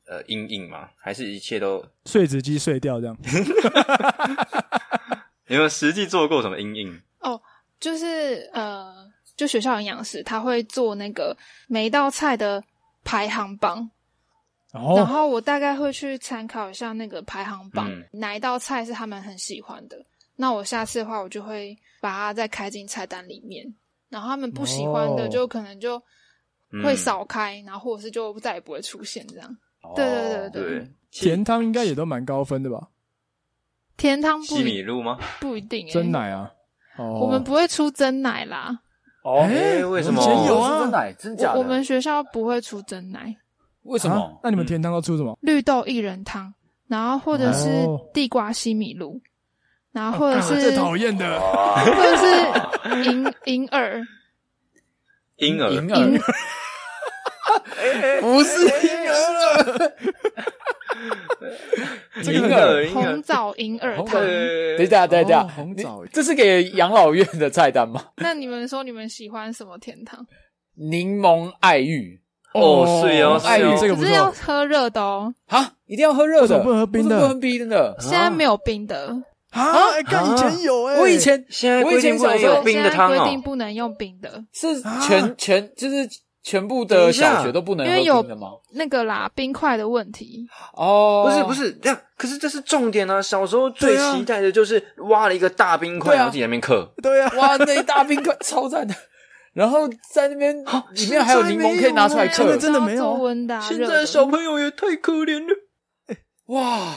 [SPEAKER 3] 呃阴影吗？还是一切都
[SPEAKER 1] 碎纸机碎掉这样，
[SPEAKER 3] 你们实际做过什么阴影？
[SPEAKER 5] 就是呃，就学校营养师他会做那个每一道菜的排行榜，
[SPEAKER 1] 然后
[SPEAKER 5] 然后我大概会去参考一下那个排行榜，
[SPEAKER 3] 嗯
[SPEAKER 5] 哪一道菜是他们很喜欢的。那我下次的话，我就会把它再开进菜单里面。然后他们不喜欢
[SPEAKER 1] 哦
[SPEAKER 5] 的，就可能就会少开，然后或者是就再也不会出现这样。
[SPEAKER 2] 哦
[SPEAKER 5] 对对
[SPEAKER 1] 嗯
[SPEAKER 5] 对对
[SPEAKER 3] 对，
[SPEAKER 1] 甜汤应该也都蛮高分的吧？
[SPEAKER 5] 甜汤不
[SPEAKER 3] 西米
[SPEAKER 5] 一
[SPEAKER 3] 露吗？
[SPEAKER 5] 不一定、欸，
[SPEAKER 1] 真、奶啊，哦，
[SPEAKER 5] 我们不会出真奶啦，
[SPEAKER 2] 哦，
[SPEAKER 1] 哎
[SPEAKER 3] 为什么
[SPEAKER 1] 以前有
[SPEAKER 2] 是
[SPEAKER 1] 啊
[SPEAKER 2] 哦真？奶，真假
[SPEAKER 5] 我
[SPEAKER 2] 的？
[SPEAKER 5] 我们学校不会出真奶，
[SPEAKER 2] 为什
[SPEAKER 1] 啊
[SPEAKER 2] 么？
[SPEAKER 1] 那你们甜汤都出什么？
[SPEAKER 5] 绿豆薏仁汤，然后或者是
[SPEAKER 1] 哦
[SPEAKER 5] 地瓜西米露，然后或者
[SPEAKER 1] 啊
[SPEAKER 5] 是、
[SPEAKER 1] 最讨厌的。
[SPEAKER 5] 或者是银银耳。
[SPEAKER 3] 婴儿
[SPEAKER 2] 银 耳不是银耳，
[SPEAKER 1] 这
[SPEAKER 3] 婴
[SPEAKER 1] 个
[SPEAKER 3] 儿婴
[SPEAKER 5] 红
[SPEAKER 3] 儿，
[SPEAKER 5] 枣银耳汤。
[SPEAKER 3] 啊对
[SPEAKER 2] 等一下，等一下
[SPEAKER 1] 哦，红
[SPEAKER 2] 你
[SPEAKER 1] 枣
[SPEAKER 2] 这是给养老院的菜单吗？
[SPEAKER 5] 那你们说你们喜欢什么甜汤？
[SPEAKER 2] 柠檬爱玉
[SPEAKER 3] 哦是哦
[SPEAKER 1] 哎
[SPEAKER 2] 是哦，
[SPEAKER 1] 这个
[SPEAKER 5] 可
[SPEAKER 1] 不
[SPEAKER 5] 是要
[SPEAKER 1] 错。
[SPEAKER 5] 喝热的哦，
[SPEAKER 2] 啊，一定要喝热
[SPEAKER 1] 为什么
[SPEAKER 2] 的，
[SPEAKER 1] 不能喝冰的
[SPEAKER 2] 为什么不能冰的。
[SPEAKER 3] 啊
[SPEAKER 5] 现在没有冰的。
[SPEAKER 4] 啊，哎干以前有哎，
[SPEAKER 2] 我以前
[SPEAKER 3] 现在
[SPEAKER 2] 我以
[SPEAKER 3] 规定
[SPEAKER 2] 前
[SPEAKER 3] 不
[SPEAKER 2] 小
[SPEAKER 3] 能
[SPEAKER 2] 时
[SPEAKER 3] 有
[SPEAKER 2] 候
[SPEAKER 3] 冰的汤
[SPEAKER 5] 现在规定
[SPEAKER 3] 哦，
[SPEAKER 5] 不能用冰的，
[SPEAKER 2] 是全全就是全部的小学都不能
[SPEAKER 5] 因
[SPEAKER 2] 喝
[SPEAKER 5] 为有
[SPEAKER 2] 冰的吗？
[SPEAKER 5] 那个啦，冰块的问题。
[SPEAKER 2] 哦，
[SPEAKER 3] 不是不，是这样，可是这是重点啊！小时候最期待的就是挖了一个大冰块，
[SPEAKER 2] 对啊
[SPEAKER 3] 然后自己在那边刻。
[SPEAKER 4] 对啊，
[SPEAKER 2] 哇，那一大冰块超赞的。然后在那边里面还有柠檬可以拿出来
[SPEAKER 5] 现在
[SPEAKER 2] 嗑
[SPEAKER 1] 现，真的没有
[SPEAKER 5] 做温的、啊，
[SPEAKER 3] 现
[SPEAKER 5] 热
[SPEAKER 3] 在
[SPEAKER 5] 的
[SPEAKER 3] 小朋友也太可怜了。
[SPEAKER 2] 哇，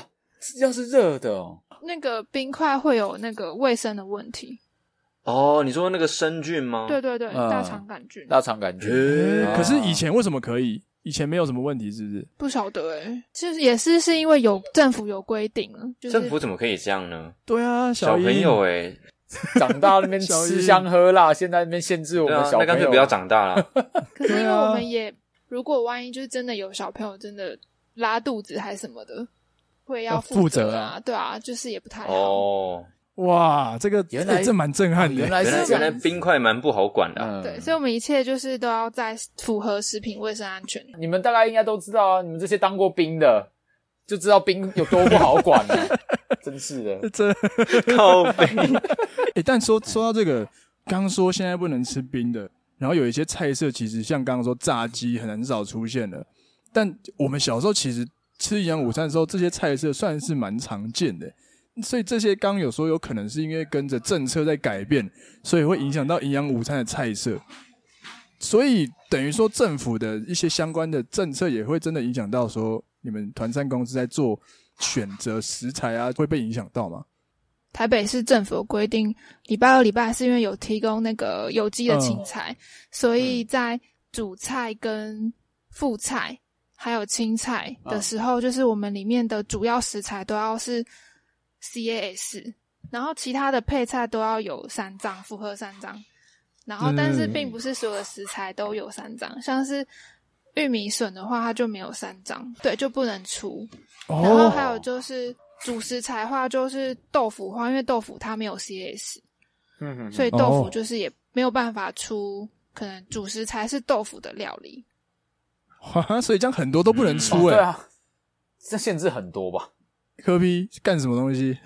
[SPEAKER 2] 要是热的哦，
[SPEAKER 5] 那个冰块会有那个卫生的问题。
[SPEAKER 3] 哦，你说那个生菌吗？嗯
[SPEAKER 5] 对对对，
[SPEAKER 3] 啊
[SPEAKER 2] 嗯
[SPEAKER 5] 大肠杆菌。
[SPEAKER 2] 大肠杆菌
[SPEAKER 3] 诶，
[SPEAKER 1] 哎可是以前为什么可以？以前没有什么问题，是不是？
[SPEAKER 5] 不晓得哎、就是也是是因为有政府有规定了，就是
[SPEAKER 3] 政府怎么可以这样呢？
[SPEAKER 1] 对啊，
[SPEAKER 3] 小
[SPEAKER 1] 英
[SPEAKER 3] 朋友哎，
[SPEAKER 2] 长大那边
[SPEAKER 1] 小
[SPEAKER 2] 吃
[SPEAKER 1] 姨
[SPEAKER 2] 香喝辣，现在那边限制我
[SPEAKER 3] 对
[SPEAKER 2] 们
[SPEAKER 3] 啊，
[SPEAKER 2] 小朋
[SPEAKER 3] 那
[SPEAKER 2] 友，
[SPEAKER 3] 干脆不要长大了。
[SPEAKER 5] 可是因
[SPEAKER 1] 对
[SPEAKER 5] 为
[SPEAKER 1] 啊
[SPEAKER 5] 我们也，如果万一就是真的有小朋友真的拉肚子还什么的，会
[SPEAKER 1] 要负
[SPEAKER 5] 负
[SPEAKER 1] 责
[SPEAKER 5] 啊，对啊，就是也不太好。
[SPEAKER 3] 哦，
[SPEAKER 1] 哇，这个
[SPEAKER 2] 原来哦
[SPEAKER 1] 欸这蛮震撼的。
[SPEAKER 2] 原来
[SPEAKER 3] 原来
[SPEAKER 2] 是
[SPEAKER 5] 这
[SPEAKER 3] 原
[SPEAKER 5] 样
[SPEAKER 3] 来冰块蛮不好管的啊。
[SPEAKER 2] 嗯
[SPEAKER 5] 对，所以我们一切就是都要在符合食品卫生安全。
[SPEAKER 2] 你们大概应该都知道啊，你们这些当过兵的就知道兵有多不好管了、真是的。
[SPEAKER 1] 这
[SPEAKER 2] 嗯
[SPEAKER 3] 靠背，
[SPEAKER 1] 欸，但说说到这个，刚说现在不能吃冰的，然后有一些菜色其实像刚刚说炸鸡很很少出现了，但我们小时候其实吃营养午餐的时候，这些菜色算是蛮常见的。所以这些刚有说有可能是因为跟着政策在改变，所以会影响到营养午餐的菜色。所以等于说政府的一些相关的政策也会真的影响到说你们团膳公司在做选择食材啊，会被影响到吗？
[SPEAKER 5] 台北市政府有规定，礼拜二、礼拜四因为有提供那个有机的青菜，所以在主菜跟副菜。还有青菜的时候，就是我们里面的主要食材都要是 CAS，然后其他的配菜都要有三张，符合三张。然后，但是
[SPEAKER 1] 嗯
[SPEAKER 5] 并不是所有的食材都有三张，像是玉米笋的话，它就没有三张，对，就不能出。然后还有就是主食材的话，就是豆腐的话，因为豆腐它没有 CAS，
[SPEAKER 2] 嗯哼
[SPEAKER 5] 所以豆
[SPEAKER 1] 哦
[SPEAKER 5] 腐就是也没有办法出，可能主食材是豆腐的料理。
[SPEAKER 1] 哇，所以这样很多都不能出
[SPEAKER 2] 哦对
[SPEAKER 1] 哎、
[SPEAKER 2] 啊， 这限制很多吧？
[SPEAKER 1] 科比干什么东西？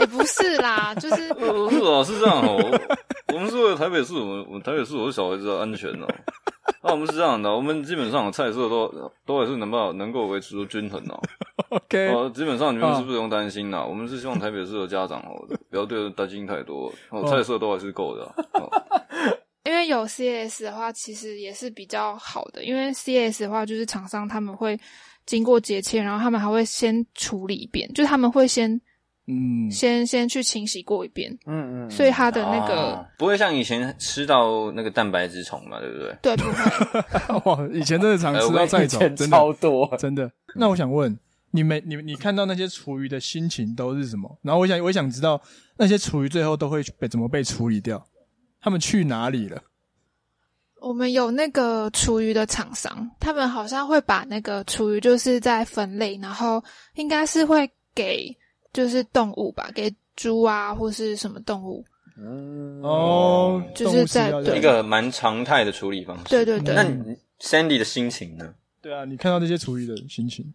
[SPEAKER 5] 也不是啦，就是
[SPEAKER 3] 哦，是哦，是这样哦。我我们是为了台北市，我们我们台北市我是小孩子的安全哦。那、我们是这样的，我们基本上菜色都 都还是能够能够维持住均衡哦。
[SPEAKER 1] OK，、
[SPEAKER 3] 哦，基本上你们是不用担心啦。我们是希望台北市的家长哦，不要对担心太多哦，菜色都还是够的啊、哦。
[SPEAKER 5] 因为有 CS 的话，其实也是比较好的，因为 CS 的话就是厂商他们会经过结切，然后他们还会先处理一遍，就是他们会先
[SPEAKER 1] 嗯，
[SPEAKER 5] 先先去清洗过一遍，
[SPEAKER 2] 嗯嗯，
[SPEAKER 5] 所以它的那个、
[SPEAKER 3] 哦不会像以前吃到那个蛋白质虫嘛，对不对？
[SPEAKER 5] 对不会。
[SPEAKER 1] 哇，以前真的常
[SPEAKER 3] 哎
[SPEAKER 1] 吃
[SPEAKER 3] 我
[SPEAKER 1] 到
[SPEAKER 3] 跟
[SPEAKER 1] 菜
[SPEAKER 2] 以
[SPEAKER 1] 虫，
[SPEAKER 2] 前
[SPEAKER 1] 真
[SPEAKER 2] 超
[SPEAKER 1] 的
[SPEAKER 2] 多，
[SPEAKER 1] 真的。那我想问你每你你看到那些厨余的心情都是什么？然后我想我想知道那些厨余最后都会被怎么被处理掉？他们去哪里了？
[SPEAKER 5] 我们有那个厨余的厂商，他们好像会把那个厨余就是在分类，然后应该是会给就是动物吧，给猪啊或是什么动物。
[SPEAKER 2] 嗯
[SPEAKER 1] 哦，
[SPEAKER 5] 就是
[SPEAKER 1] 动物吃
[SPEAKER 5] 在
[SPEAKER 1] 掉
[SPEAKER 5] 对
[SPEAKER 3] 一个蛮常态的处理方式。
[SPEAKER 5] 对对对，
[SPEAKER 3] 那你 Sandy 的心情呢？
[SPEAKER 1] 对啊，你看到这些厨余的心情，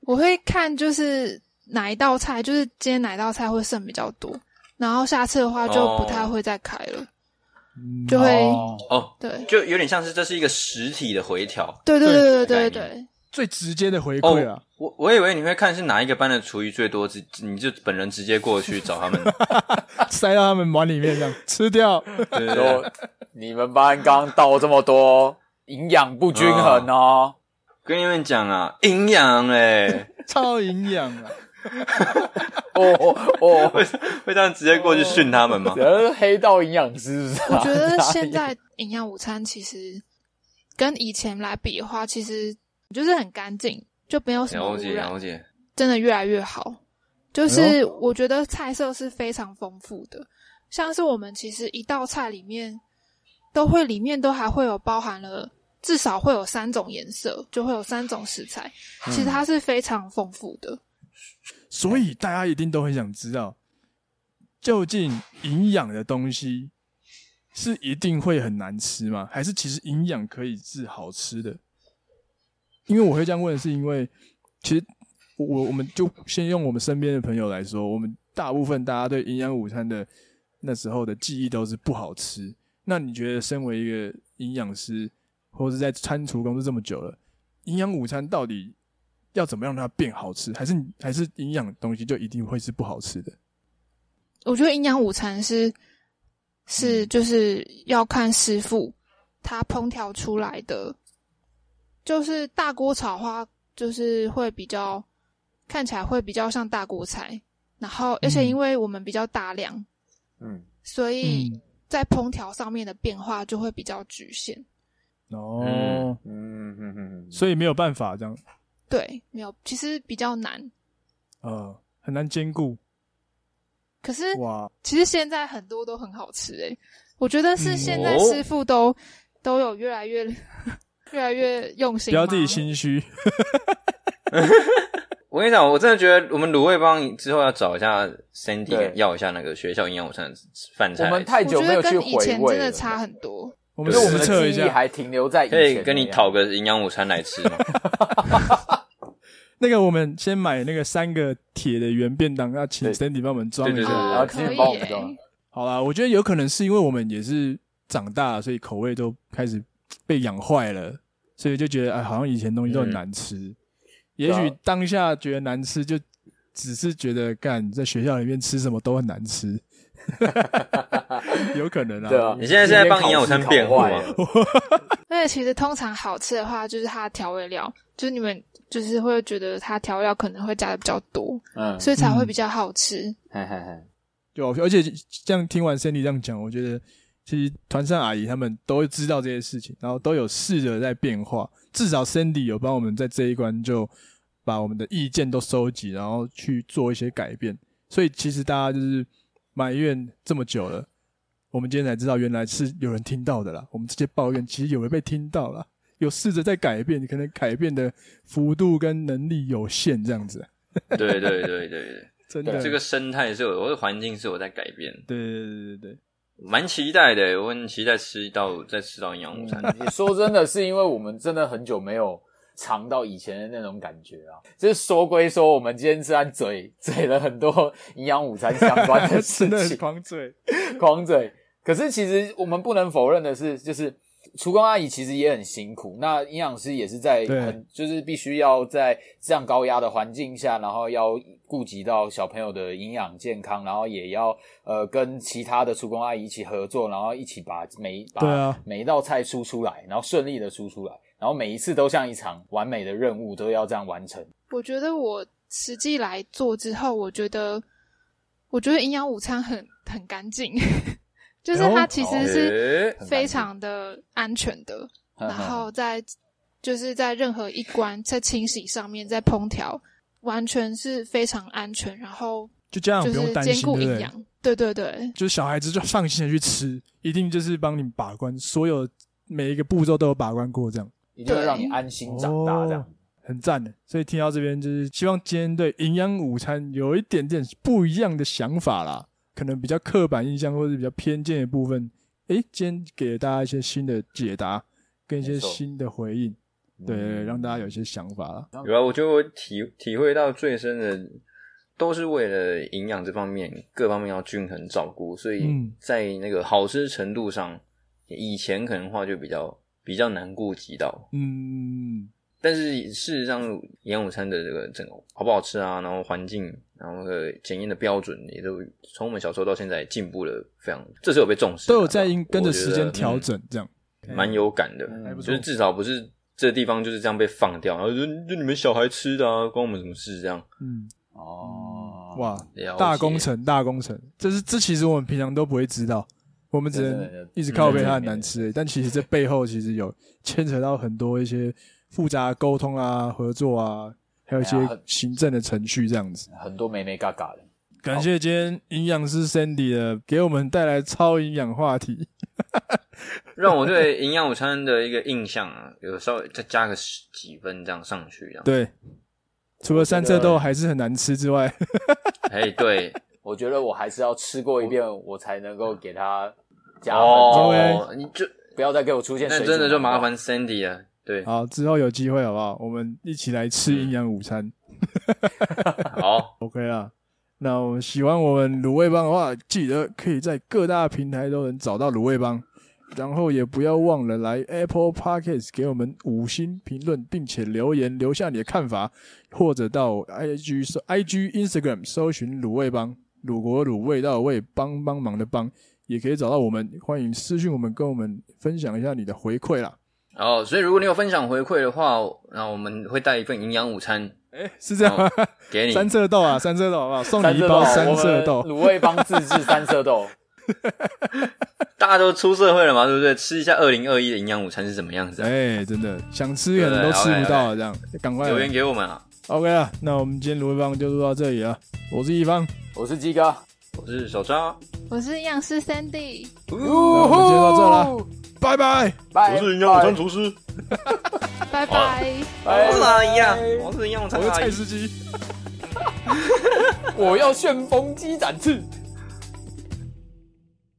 [SPEAKER 5] 我会看就是哪一道菜，就是今天哪一道菜会剩比较多，然后下次的话就不太会再开了，
[SPEAKER 1] 嗯
[SPEAKER 5] 就会、
[SPEAKER 2] 哦
[SPEAKER 3] 哦，
[SPEAKER 5] 对
[SPEAKER 3] 就有点像是这是一个实体的回调。
[SPEAKER 5] 对对
[SPEAKER 3] 概
[SPEAKER 5] 对对对对
[SPEAKER 3] 念
[SPEAKER 5] 对，
[SPEAKER 1] 最直接的回馈
[SPEAKER 3] 哦
[SPEAKER 1] 啊，，
[SPEAKER 3] 我我以为你会看是哪一个班的厨余最多，直你就本人直接过去找他 们。
[SPEAKER 1] 啊塞到他们碗里面这样吃掉。
[SPEAKER 3] 对对对
[SPEAKER 2] 说你们班刚刚倒这么多，营养不均衡 哦。
[SPEAKER 3] 跟你们讲啊，营养哎，
[SPEAKER 1] 超营养啊！
[SPEAKER 2] 哦哦哦，
[SPEAKER 3] 会会这样直接过去训他 们吗？
[SPEAKER 2] 这是黑道营养师是不是
[SPEAKER 5] 我
[SPEAKER 2] 啊
[SPEAKER 5] 觉得 现在营养午餐其实跟以前来比的话，其实就是很干净，就没有什么
[SPEAKER 3] 了
[SPEAKER 5] 污
[SPEAKER 3] 解
[SPEAKER 5] 染
[SPEAKER 3] 了，解，
[SPEAKER 5] 真的越来越好。就
[SPEAKER 1] 哎
[SPEAKER 5] 是我觉得菜色是非常丰富的，像是我们其实一道菜里面都会里面都还会有包含了至少会有三种颜色，就会有三种食材，其实它是非常丰富的。
[SPEAKER 1] 所以大家一定都很想知道，究竟营养的东西是一定会很难吃吗？还是其实营养可以是好吃的？因为我会这样问，是因为其实我我我们就先用我们身边的朋友来说，我们大部分大家对营养午餐的那时候的记忆都是不好吃。那你觉得身为一个营养师，或者是在餐厨工作这么久了，营养午餐到底要怎么让它变好吃？还是你还是营养的东西就一定会是不好吃的？
[SPEAKER 5] 我觉得营养午餐是是
[SPEAKER 1] 嗯
[SPEAKER 5] 就是要看师傅他烹调出来的，就是大锅炒花，就是会比较看起来会比较像大锅菜，然后而且
[SPEAKER 1] 嗯
[SPEAKER 5] 因为我们比较大量，
[SPEAKER 2] 嗯，
[SPEAKER 5] 所以在烹调上面的变化就会比较局限。
[SPEAKER 1] 哦，
[SPEAKER 3] 嗯
[SPEAKER 2] 嗯嗯嗯
[SPEAKER 1] 所以没有办法这样，
[SPEAKER 5] 对，没有，其实比较难。
[SPEAKER 1] 呃，很难兼顾。
[SPEAKER 5] 可是
[SPEAKER 1] 哇，
[SPEAKER 5] 其实现在很多都很好吃诶、我觉得是现在
[SPEAKER 3] 嗯哦
[SPEAKER 5] 师傅都、都有越来越 越来越用心
[SPEAKER 1] 不
[SPEAKER 5] 吗。
[SPEAKER 1] 要自己心虚。
[SPEAKER 3] 我跟你讲，我真的觉得我们卤味帮之后要找一下 Sandy，
[SPEAKER 2] 对
[SPEAKER 3] 要一下那个学校营养午餐的饭
[SPEAKER 2] 我
[SPEAKER 3] 菜来
[SPEAKER 2] 们
[SPEAKER 3] 吃，
[SPEAKER 2] 太
[SPEAKER 5] 我
[SPEAKER 2] 久
[SPEAKER 5] 觉
[SPEAKER 2] 没有
[SPEAKER 5] 得
[SPEAKER 2] 去
[SPEAKER 5] 跟以
[SPEAKER 2] 回
[SPEAKER 5] 前
[SPEAKER 2] 味
[SPEAKER 5] 真
[SPEAKER 2] 了，
[SPEAKER 5] 的差很多。
[SPEAKER 1] 我们
[SPEAKER 2] 就是我
[SPEAKER 1] 实
[SPEAKER 2] 们
[SPEAKER 1] 测
[SPEAKER 2] 的
[SPEAKER 1] 一
[SPEAKER 2] 记忆
[SPEAKER 1] 下，
[SPEAKER 2] 还停留在以
[SPEAKER 3] 可
[SPEAKER 2] 前
[SPEAKER 3] 以跟你
[SPEAKER 2] 那样
[SPEAKER 3] 讨个营养午餐来吃吗？
[SPEAKER 1] 那个我们先买那个三个铁的圆便当，要请
[SPEAKER 2] 对
[SPEAKER 1] Sandy 帮我们装一
[SPEAKER 3] 对
[SPEAKER 1] 下。
[SPEAKER 3] 对
[SPEAKER 2] 然后
[SPEAKER 5] 哦，
[SPEAKER 2] 直
[SPEAKER 5] 可
[SPEAKER 2] 接
[SPEAKER 5] 以
[SPEAKER 2] 帮我们
[SPEAKER 5] 诶、
[SPEAKER 2] 装
[SPEAKER 1] 好啦，我觉得有可能是因为我们也是长大了，所以口味都开始被养坏了，所以就觉得哎，好像以前东西都很难吃。
[SPEAKER 2] 嗯
[SPEAKER 1] 也
[SPEAKER 2] 啊
[SPEAKER 1] 许当下觉得难吃，就只是觉得干在学校里面吃什么都很难 吃， 有可能啊。
[SPEAKER 2] 对啊，
[SPEAKER 3] 你现在是在帮营养午餐辩护吗
[SPEAKER 2] 今天考试考坏了
[SPEAKER 5] 而且其实通常好吃的话，就是它的调味料，就是你们就是会觉得它调味料可能会加的比较多，
[SPEAKER 2] 嗯，
[SPEAKER 5] 所以才会比较好吃。
[SPEAKER 2] 嘿嘿嘿，
[SPEAKER 1] 对啊，而且这样听完 Sandy 这样讲，我觉得其实团扇阿姨他们都知道这些事情，然后都有试着在变化。至少 Cindy 有帮我们在这一关就把我们的意见都收集，然后去做一些改变。所以其实大家就是埋怨这么久了，我们今天才知道原来是有人听到的啦。我们这些抱怨其实有人被听到了，有试着在改变，可能改变的幅度跟能力有限，这样子。
[SPEAKER 3] 对对对对对，
[SPEAKER 1] 真的，
[SPEAKER 2] 对
[SPEAKER 3] 这个生态是有，我的环境是有在改变，
[SPEAKER 1] 对对对对对。
[SPEAKER 3] 蛮期待的。我很期待吃到再吃到营养午
[SPEAKER 1] 嗯
[SPEAKER 3] 餐。
[SPEAKER 2] 也说真的，是因为我们真的很久没有尝到以前的那种感觉啊。就是说归说，我们今天虽然嘴嘴了很多营养午餐相关的事
[SPEAKER 1] 真的很
[SPEAKER 2] 情，
[SPEAKER 1] 狂嘴，
[SPEAKER 2] 狂嘴。可是其实我们不能否认的是，就是厨工阿姨其实也很辛苦，那营养师也是在
[SPEAKER 1] 对
[SPEAKER 2] 很就是必须要在这样高压的环境下，然后要顾及到小朋友的营养健康，然后也要呃跟其他的厨工阿姨一起合作，然后一起把每把
[SPEAKER 1] 对啊
[SPEAKER 2] 每一道菜输出来，然后顺利的输出来。然后每一次都像一场完美的任务，都要这样完成。
[SPEAKER 5] 我觉得我实际来做之后，我觉得，我觉得营养午餐很很干净， 就是
[SPEAKER 2] 哎
[SPEAKER 5] 它其实是
[SPEAKER 3] 诶
[SPEAKER 5] 非常的安全的。
[SPEAKER 2] 嗯
[SPEAKER 5] 然后在就是在任何一关在清洗上面，在烹调，完全是非常安全，然后
[SPEAKER 1] 就家长
[SPEAKER 5] 就
[SPEAKER 1] 不用
[SPEAKER 5] 是
[SPEAKER 1] 担
[SPEAKER 5] 兼
[SPEAKER 1] 心，对
[SPEAKER 5] 顾
[SPEAKER 1] 不
[SPEAKER 5] 营
[SPEAKER 1] 对？
[SPEAKER 5] 养。对对对，
[SPEAKER 1] 就是小孩子就放心的去吃， 一定就是帮你们把关，所有每一个步骤都有把关过，这样
[SPEAKER 2] 一定会让你
[SPEAKER 5] 对
[SPEAKER 2] 安心长大，这样。
[SPEAKER 1] 很赞的。所以听到这边，就是希望今天对营养午餐有一点点不一样的想法啦，可能比较刻板印象或者比较偏见的部分，诶，今天给大家一些新的解答跟一些
[SPEAKER 2] 没错
[SPEAKER 1] 新的回应，对，对对
[SPEAKER 2] 嗯
[SPEAKER 1] 让大家有一些想法啦。
[SPEAKER 3] 有啊，我觉得我体体会到最深的，都是为了营养这方面各方面要均衡照顾，所以
[SPEAKER 1] 嗯
[SPEAKER 3] 在那个好吃程度上，以前可能话就比较比较难顾及到。
[SPEAKER 1] 嗯，
[SPEAKER 3] 但是事实上，营养午餐的这个整个好不好吃啊，然后环境，然后呃检验的标准，也都从我们小时候到现在进步了非常，这是有被重视的啊，
[SPEAKER 1] 都有在因跟着时
[SPEAKER 3] 我觉
[SPEAKER 1] 间
[SPEAKER 3] 得
[SPEAKER 1] 调，整，这样
[SPEAKER 3] 嗯蛮、有感的。
[SPEAKER 2] 嗯
[SPEAKER 1] 还不
[SPEAKER 3] 就
[SPEAKER 1] 错
[SPEAKER 3] 是。至少不是这地方就是这样被放掉，然后就就你们小孩吃的啊，关我们什么事这样。
[SPEAKER 1] 嗯，
[SPEAKER 2] 哦，
[SPEAKER 1] 哇
[SPEAKER 3] 了，解
[SPEAKER 1] 大工程，大工程，这是这其实我们平常都不会知道，我们只
[SPEAKER 2] 对对嗯
[SPEAKER 1] 能
[SPEAKER 2] 对
[SPEAKER 1] 一直靠背它很难吃、而已但其实这背后其实有牵扯到很多一些复杂的沟通啊、合作啊，还有一些
[SPEAKER 2] 哎呀很
[SPEAKER 1] 行政的程序这样子。
[SPEAKER 2] 很多美美嘎嘎的。
[SPEAKER 1] 感谢今天营养师 Sandy 的给我们带来超营养话题，
[SPEAKER 3] 让我对营养午餐的一个印象啊，有稍微再加个十几分这样上去，这样。
[SPEAKER 1] 对。除了三色豆还是很难吃之外，
[SPEAKER 3] 哎，对，
[SPEAKER 2] 我觉得我还是要吃过一遍，我才能够给他加分。
[SPEAKER 3] 哦，你就
[SPEAKER 2] 不要再给我出现水
[SPEAKER 3] 那
[SPEAKER 2] 煮
[SPEAKER 3] 真的就
[SPEAKER 2] 蛋糕
[SPEAKER 3] 麻。烦 Sandy 了。对，
[SPEAKER 1] 好，之后有机会好不好？我们一起来吃营养午餐。
[SPEAKER 3] 好，
[SPEAKER 1] OK 啦。那我们喜欢我们卤味帮的话，记得可以在各大平台都能找到卤味帮，然后也不要忘了来 Apple Podcast 给我们五星评论，并且留言留下你的看法，或者到 IG 搜 IG Instagram 搜寻卤味帮，鲁国卤味道的味帮帮忙的帮，也可以找到我们，欢迎私讯我们，跟我们分享一下你的回馈啦。
[SPEAKER 3] 然后所以如果你有分享回馈的话，那我们会带一份营养午餐
[SPEAKER 1] 哎，是这样吗？
[SPEAKER 3] 给你。
[SPEAKER 1] 三色豆啊，三色豆好不好？送
[SPEAKER 2] 哎哦三
[SPEAKER 1] 你一
[SPEAKER 2] 色
[SPEAKER 1] 包
[SPEAKER 2] 豆，
[SPEAKER 1] 三色
[SPEAKER 2] 我
[SPEAKER 1] 豆
[SPEAKER 2] 们，卤味帮自制三色豆，
[SPEAKER 3] 大家都出社会了嘛，对不对？吃一下二零二一的营养午餐是什么样子啊？
[SPEAKER 1] 哎、真的想吃可能都吃不到，这样赶快
[SPEAKER 3] 留言给我们啊！
[SPEAKER 1] OK 了。那我们今天卢味帮就录到这里了，我是一方，
[SPEAKER 2] 我是鸡哥，
[SPEAKER 3] 我是手抓，
[SPEAKER 5] 我是营养师 Sandy。
[SPEAKER 1] 那我们就到这了，拜拜。
[SPEAKER 2] 拜。
[SPEAKER 3] 厨师，
[SPEAKER 5] 拜拜。
[SPEAKER 2] 拜
[SPEAKER 3] 我是阿姨啊，我是营养午餐
[SPEAKER 1] 我
[SPEAKER 3] 啊
[SPEAKER 1] 是
[SPEAKER 3] 阿
[SPEAKER 1] 蔡
[SPEAKER 3] 姨。
[SPEAKER 1] 司机。
[SPEAKER 2] 我要旋风机展翅。